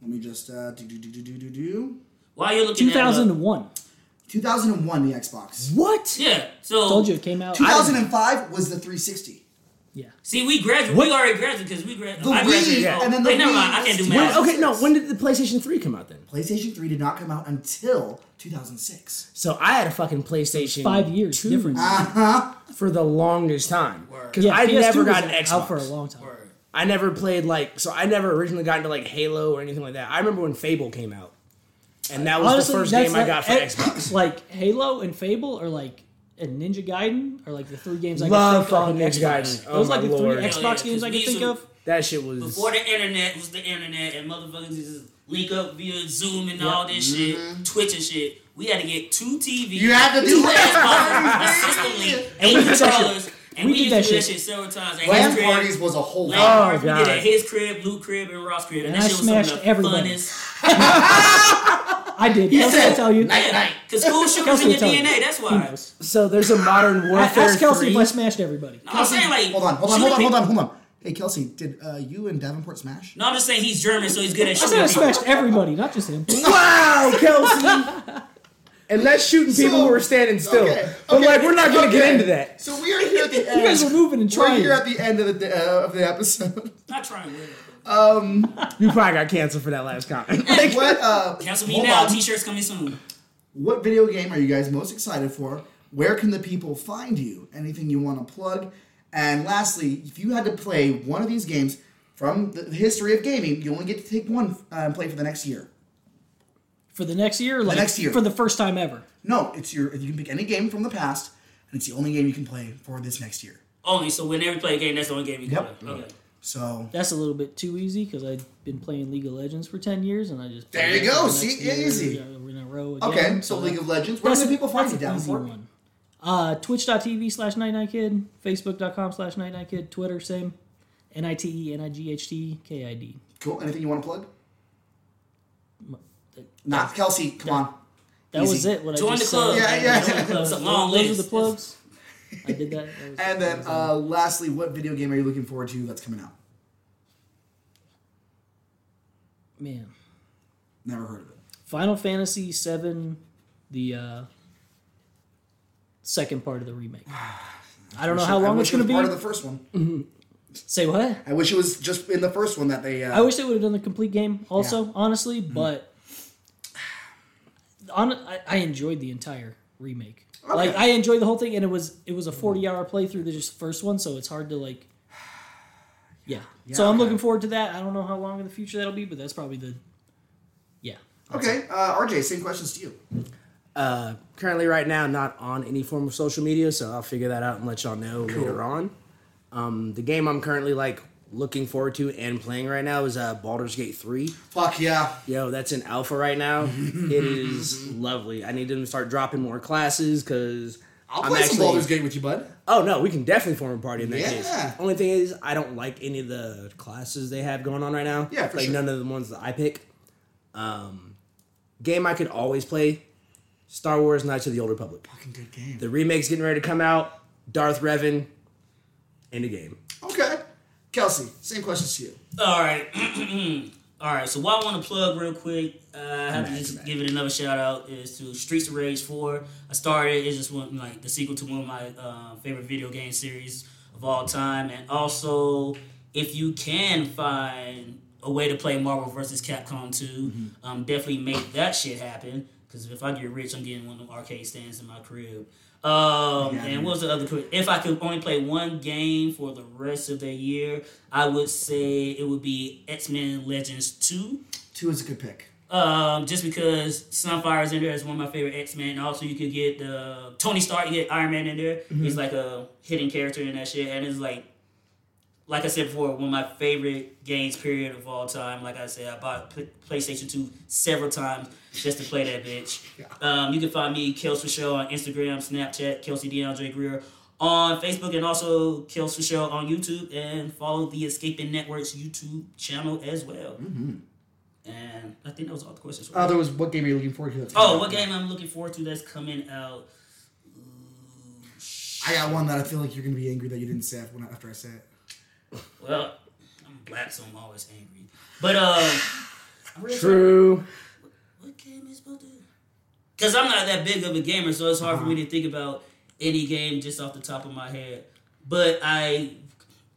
Let me just uh, do do do do do do do.
While you're looking at
2001.
2001, the Xbox.
What?
Yeah. So
Told you it came out.
2005 was the 360.
yeah.
see, we graduated. We already graduated because we graduated.
The
I graduated.
Wii
oh,
and then the
wait, never
Wii
mind. I can't do
was-
When,
math.
okay, no. When did the PlayStation 3 come out then?
PlayStation 3 did not come out until 2006.
So I had a fucking PlayStation
Five years
two
difference.
Ah.
Uh-huh. for the longest time because
Yeah,
I
PS2
never got
was
an Xbox.
out for a long time.
I never played like so. I never originally got into like Halo or anything like that. I remember when Fable came out, and that was
Honestly,
the first
that's
game I
like-
got for
eh,
Xbox.
Like Halo and Fable, or like and Ninja Gaiden, are like the three games I
Love
could think of. on
fucking Ninja
Xbox.
Gaiden. Oh
Those
my
like the
lord.
three
Hell
Xbox
yeah, 'cause
games I could
these
think
are-
of.
That shit was
Before the internet was the internet, and motherfuckers just link up via Zoom and all this shit, Twitch and shit. We had to get two TVs,
Mm-hmm. You had to do
two
that.
Xboxes, a system link,
And we
eight
did that
controllers, and
We
we,
did that
used to do that
shit. Oh,
shit several times. At his
LAN
crib,
parties was a whole
LAN
thing.
parties, we
God.
did at his crib, Blue crib, and Ross crib, and,
And
that
I
shit was some of
smashed
the
everybody.
funnest.
I did. Kelsey will tell you.
Night, night.
Cause school shooters
Kelsey
in
will
your
tell you.
DNA. That's
Who
why.
knows?
so there's a Modern
I
Warfare
asked Kelsey
3.
if I smashed everybody.
No, I'm saying like,
Hold on, hold on, hold on,
shooting
hold on,
people-
hold on. Hey, Kelsey, did uh, you and Davenport smash?
No, I'm just saying he's German, so he's good at
I said I
shooting. people.
smashed everybody, not just him.
Wow, Kelsey. And that's shooting people
So-
who are standing still.
Okay,
But
okay,
like, we're not gonna
okay.
get into that.
So we are here at the end.
You guys were moving and
We're
trying.
here at the end of the uh, of the episode.
Not trying to win.
You probably got canceled for that last comment.
what uh,
Cancel me
hold
now.
on.
T-shirts coming soon.
What video game are you guys most excited for? Where can the people find you? Anything you want to plug? And lastly, if you had to play one of these games from the history of gaming, you only get to take one uh, and play for the next year.
For the next year, like
next year.
for the first time ever.
No, it's your. You can pick any game from the past, and it's the only game you can play for this next year.
Only Oh, so whenever you play a game, that's the only game you can
Yep.
play. Okay.
So
That's a little bit too easy because I've been playing League of Legends for ten years, and I just
There you
played it for
go.
the next
See?
year
Easy.
in a row again.
okay, so League of Legends. Where
That's
can
a-
people find you
that's an
down
easy
for?
one. Uh, Twitch.tv slash Night Night Kid, Facebook.com slash Night Night Kid, Twitter, same. N I T E N I G H T K I D.
Cool. Anything you want to plug? Not Kelsey. Come on.
That was
Easy.
it. What I
Join the
just
club.
Said.
Yeah, yeah.
Join the club.
It's a long
Those
list.
are the plugs. I did that. that was-
And then, uh, lastly, what video game are you looking forward to that's coming out?
man,
Never heard of it.
Final Fantasy VII, the uh, second part of the remake. I don't know how
I
long
wish
it's going
it
to be.
was Part of the first one.
Say what?
I wish it was just in the first one that they. Uh,
I wish they would have done the complete game also, honestly, but on I, I enjoyed the entire remake. Like I enjoyed the whole thing and it was it was a 40-hour playthrough the just first one, so it's hard to like Yeah. so I'm looking forward to that. I don't know how long in the future that'll be, but that's probably the Yeah.
okay, uh, RJ, same questions to you.
Currently, right now, not on any form of social media, so I'll figure that out and let y'all know later on. Um, the game I'm currently like looking forward to and playing right now is uh, Baldur's Gate 3.
Fuck yeah.
Yo, that's in alpha right now. it is lovely. I need them to start dropping more classes because
I'll play some Baldur's Gate with you, bud.
Oh no, we can definitely form a party in that
Yeah.
case. Only thing is, I don't like any of the classes they have going on right now.
Yeah, for
like
sure.
none of the ones that I pick. Um, game I could always play: Star Wars: Knights of the Old Republic.
Fucking good game.
The remake's getting ready to come out. Darth Revan in the game.
Okay. Kelsey, same questions to you.
All right. All right. So what I want to plug real quick, uh, I have to just give it another shout out is to Streets of Rage Four. I started. It's just one like the sequel to one of my uh, favorite video game series of all time, and also if you can find a way to play Marvel vs. Capcom 2,
Mm-hmm.
um, definitely make that shit happen. Because if I get rich, I'm getting one of them arcade stands in my crib. Um, and what was the other? que- If I could only play one game for the rest of the year, I would say it would be X Men Legends Two.
Two is a good pick.
Um, just because Sunfire's in there is one of my favorite X Men. Also, you could get the Tony Stark, you get Iron Man in there. He's like a hidden character in that shit, and it's like, like I said before, one of my favorite games period of all time. Like I said, I bought P- PlayStation Two several times just to play that bitch. Um, you can find me Kels for Show on Instagram, Snapchat, Kelsey DeAndre Greer on Facebook, and also Kels for Show on YouTube, and follow the Escaping Networks YouTube channel as well. And I think that was all the questions.
Uh, there was what game are you looking forward to? That's
oh, what game I'm looking forward to that's coming out?
I got one that I feel like you're gonna be angry that you didn't say it when after I say it.
Well, I'm black, so I'm always angry. But uh, I'm really
True.
What game is about to? Because I'm not that big of a gamer, so it's hard for me to think about any game just off the top of my head. But I,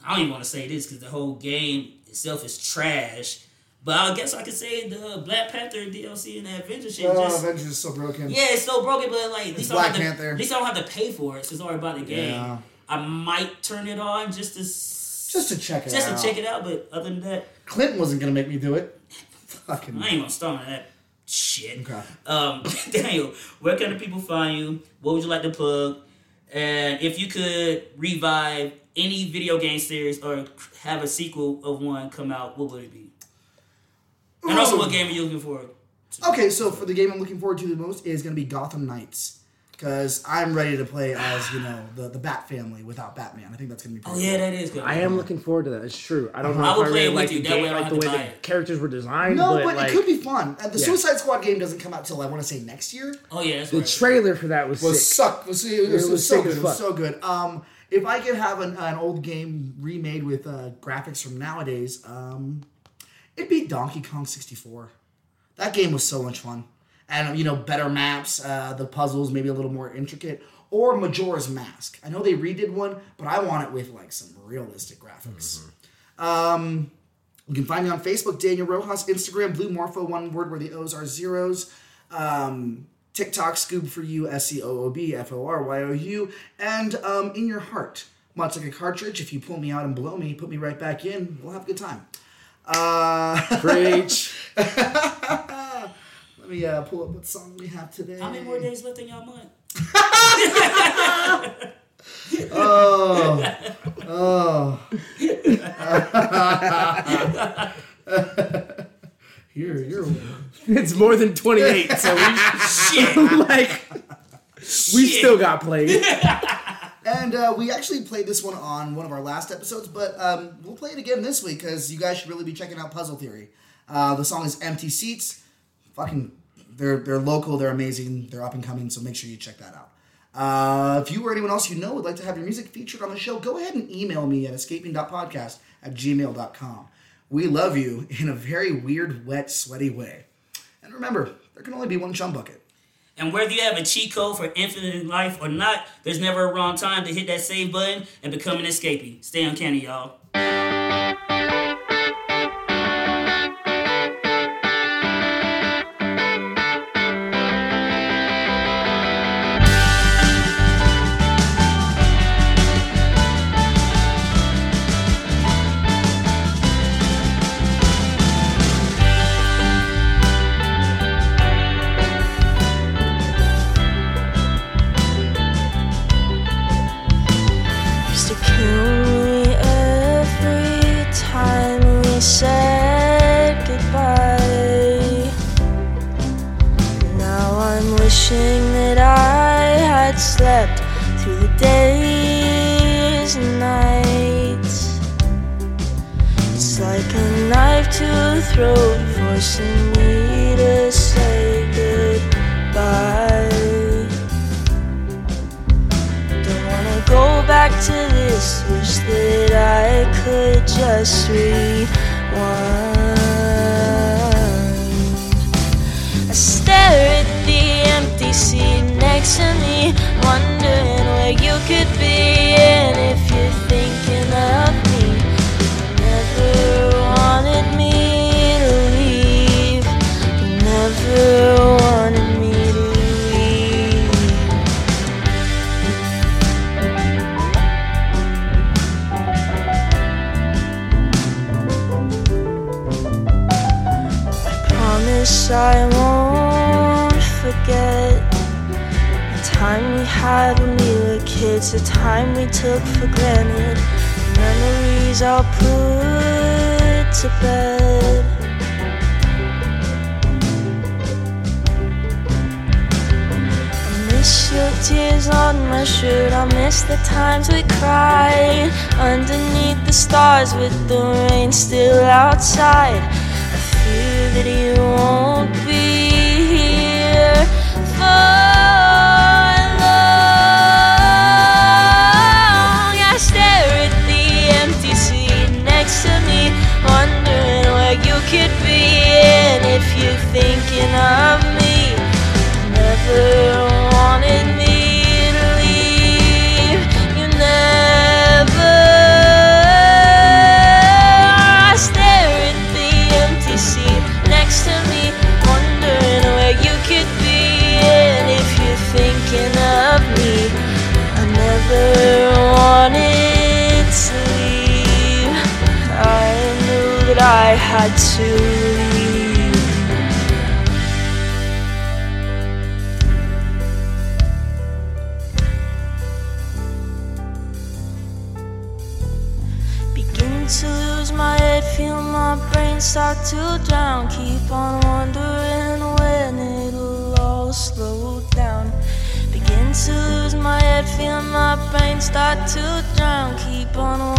I don't even want to say this because the whole game itself is trash. But I guess I could say the Black Panther DLC and that Avengers shit.
Oh,
just,
Avengers is so broken.
yeah, it's so broken, but like at least,
Black
I don't have to,
Panther.
at least I don't have to pay for it. So it's already about the game.
Yeah.
I might turn it on just to s-
Just to check it
just
out.
to check it out. But other than that,
Clinton wasn't gonna make me do it. Fucking
I ain't gonna stomach that shit.
Okay.
Um, Daniel, where can the people find you? What would you like to plug? And if you could revive any video game series or have a sequel of one come out, what would it be? And also, what game are you looking for?
Okay, so for the game I'm looking forward to the most is going to be Gotham Knights. Because I'm ready to play as, you know, the, the Bat family without Batman. I think that's going to be
Oh
pretty
yeah, that is good.
I am looking forward to that. It's true. I don't know.
I
if
would play
really
it with
like
you. That
The game,
way I don't
like
have
the
to
way
buy
the
it.
characters were designed.
No,
but,
but
like,
it could be fun. Uh, the
Yeah.
Suicide Squad game doesn't come out till I want to say next year.
oh yeah, that's
The
right.
trailer for that was,
It
sick.
sucked. It was, it was,
It was
so
sick
good.
as
It was
fuck.
so good. Um, if I could have an, an old game remade with uh, graphics from nowadays, um, it'd be Donkey Kong 64. That game was so much fun. And, you know, better maps, uh, the puzzles maybe a little more intricate, or Majora's Mask. I know they redid one, but I want it with, like, some realistic graphics.
Mm-hmm.
Um, you can find me on Facebook, Daniel Rojas, Instagram, Blue Morpho, one word where the O's are zeros. Um, TikTok, Scoob for you, S C O O B F O R Y O U, and um, in your heart, much like a cartridge. If you pull me out and blow me, put me right back in. We'll have a good time. Uh,
Preach.
let me uh, pull up what song we have today.
How many more days left in y'all month?
Oh, oh. Here, you're.
it's more than 28, so we,
Shit,
like, we still got played.
And uh, we actually played this one on one of our last episodes, but um, we'll play it again this week because you guys should really be checking out Puzzle Theory. Uh, the song is Empty Seats. Fucking, they're they're local, they're amazing, they're up and coming, so make sure you check that out. Uh, if you or anyone else you know would like to have your music featured on the show, go ahead and email me at escaping.podcast at gmail.com. We love you in a very weird, wet, sweaty way. And remember, there can only be one chum bucket.
And whether you have a cheat code for infinite life or not, there's never a wrong time to hit that save button and become an escapee. Stay uncanny, y'all.
used to kill me every time we said goodbye. Now I'm wishing that I had slept through the days and nights. It's like a knife to a throat, forcing me to say goodbye. Don't wanna go back to this. Wish that I could just rewind. I stare at the empty seat next to me, wondering where you could be and if you're thinking of me. You never wanted me to leave. You never wanted me to leave. promise guess I won't forget the time we had when we were kids, the time we took for granted. The memories all put to bed. I miss your tears on my shirt. I miss the times we cried underneath the stars with the rain still outside. I fear that you won't be here for long. I stare at the empty seat next to me, wondering where you could be and if you're thinking of me never wanted me to leave. You never. I stare at the empty seat next to me, wondering where you could be and if you're thinking of me. I never wanted to leave. I knew that I had to leave. Begin to lose my head, feel my brain start to drown. Keep on wondering when it'll all slow down. Begin to lose my head, feel my brain start to drown. Keep on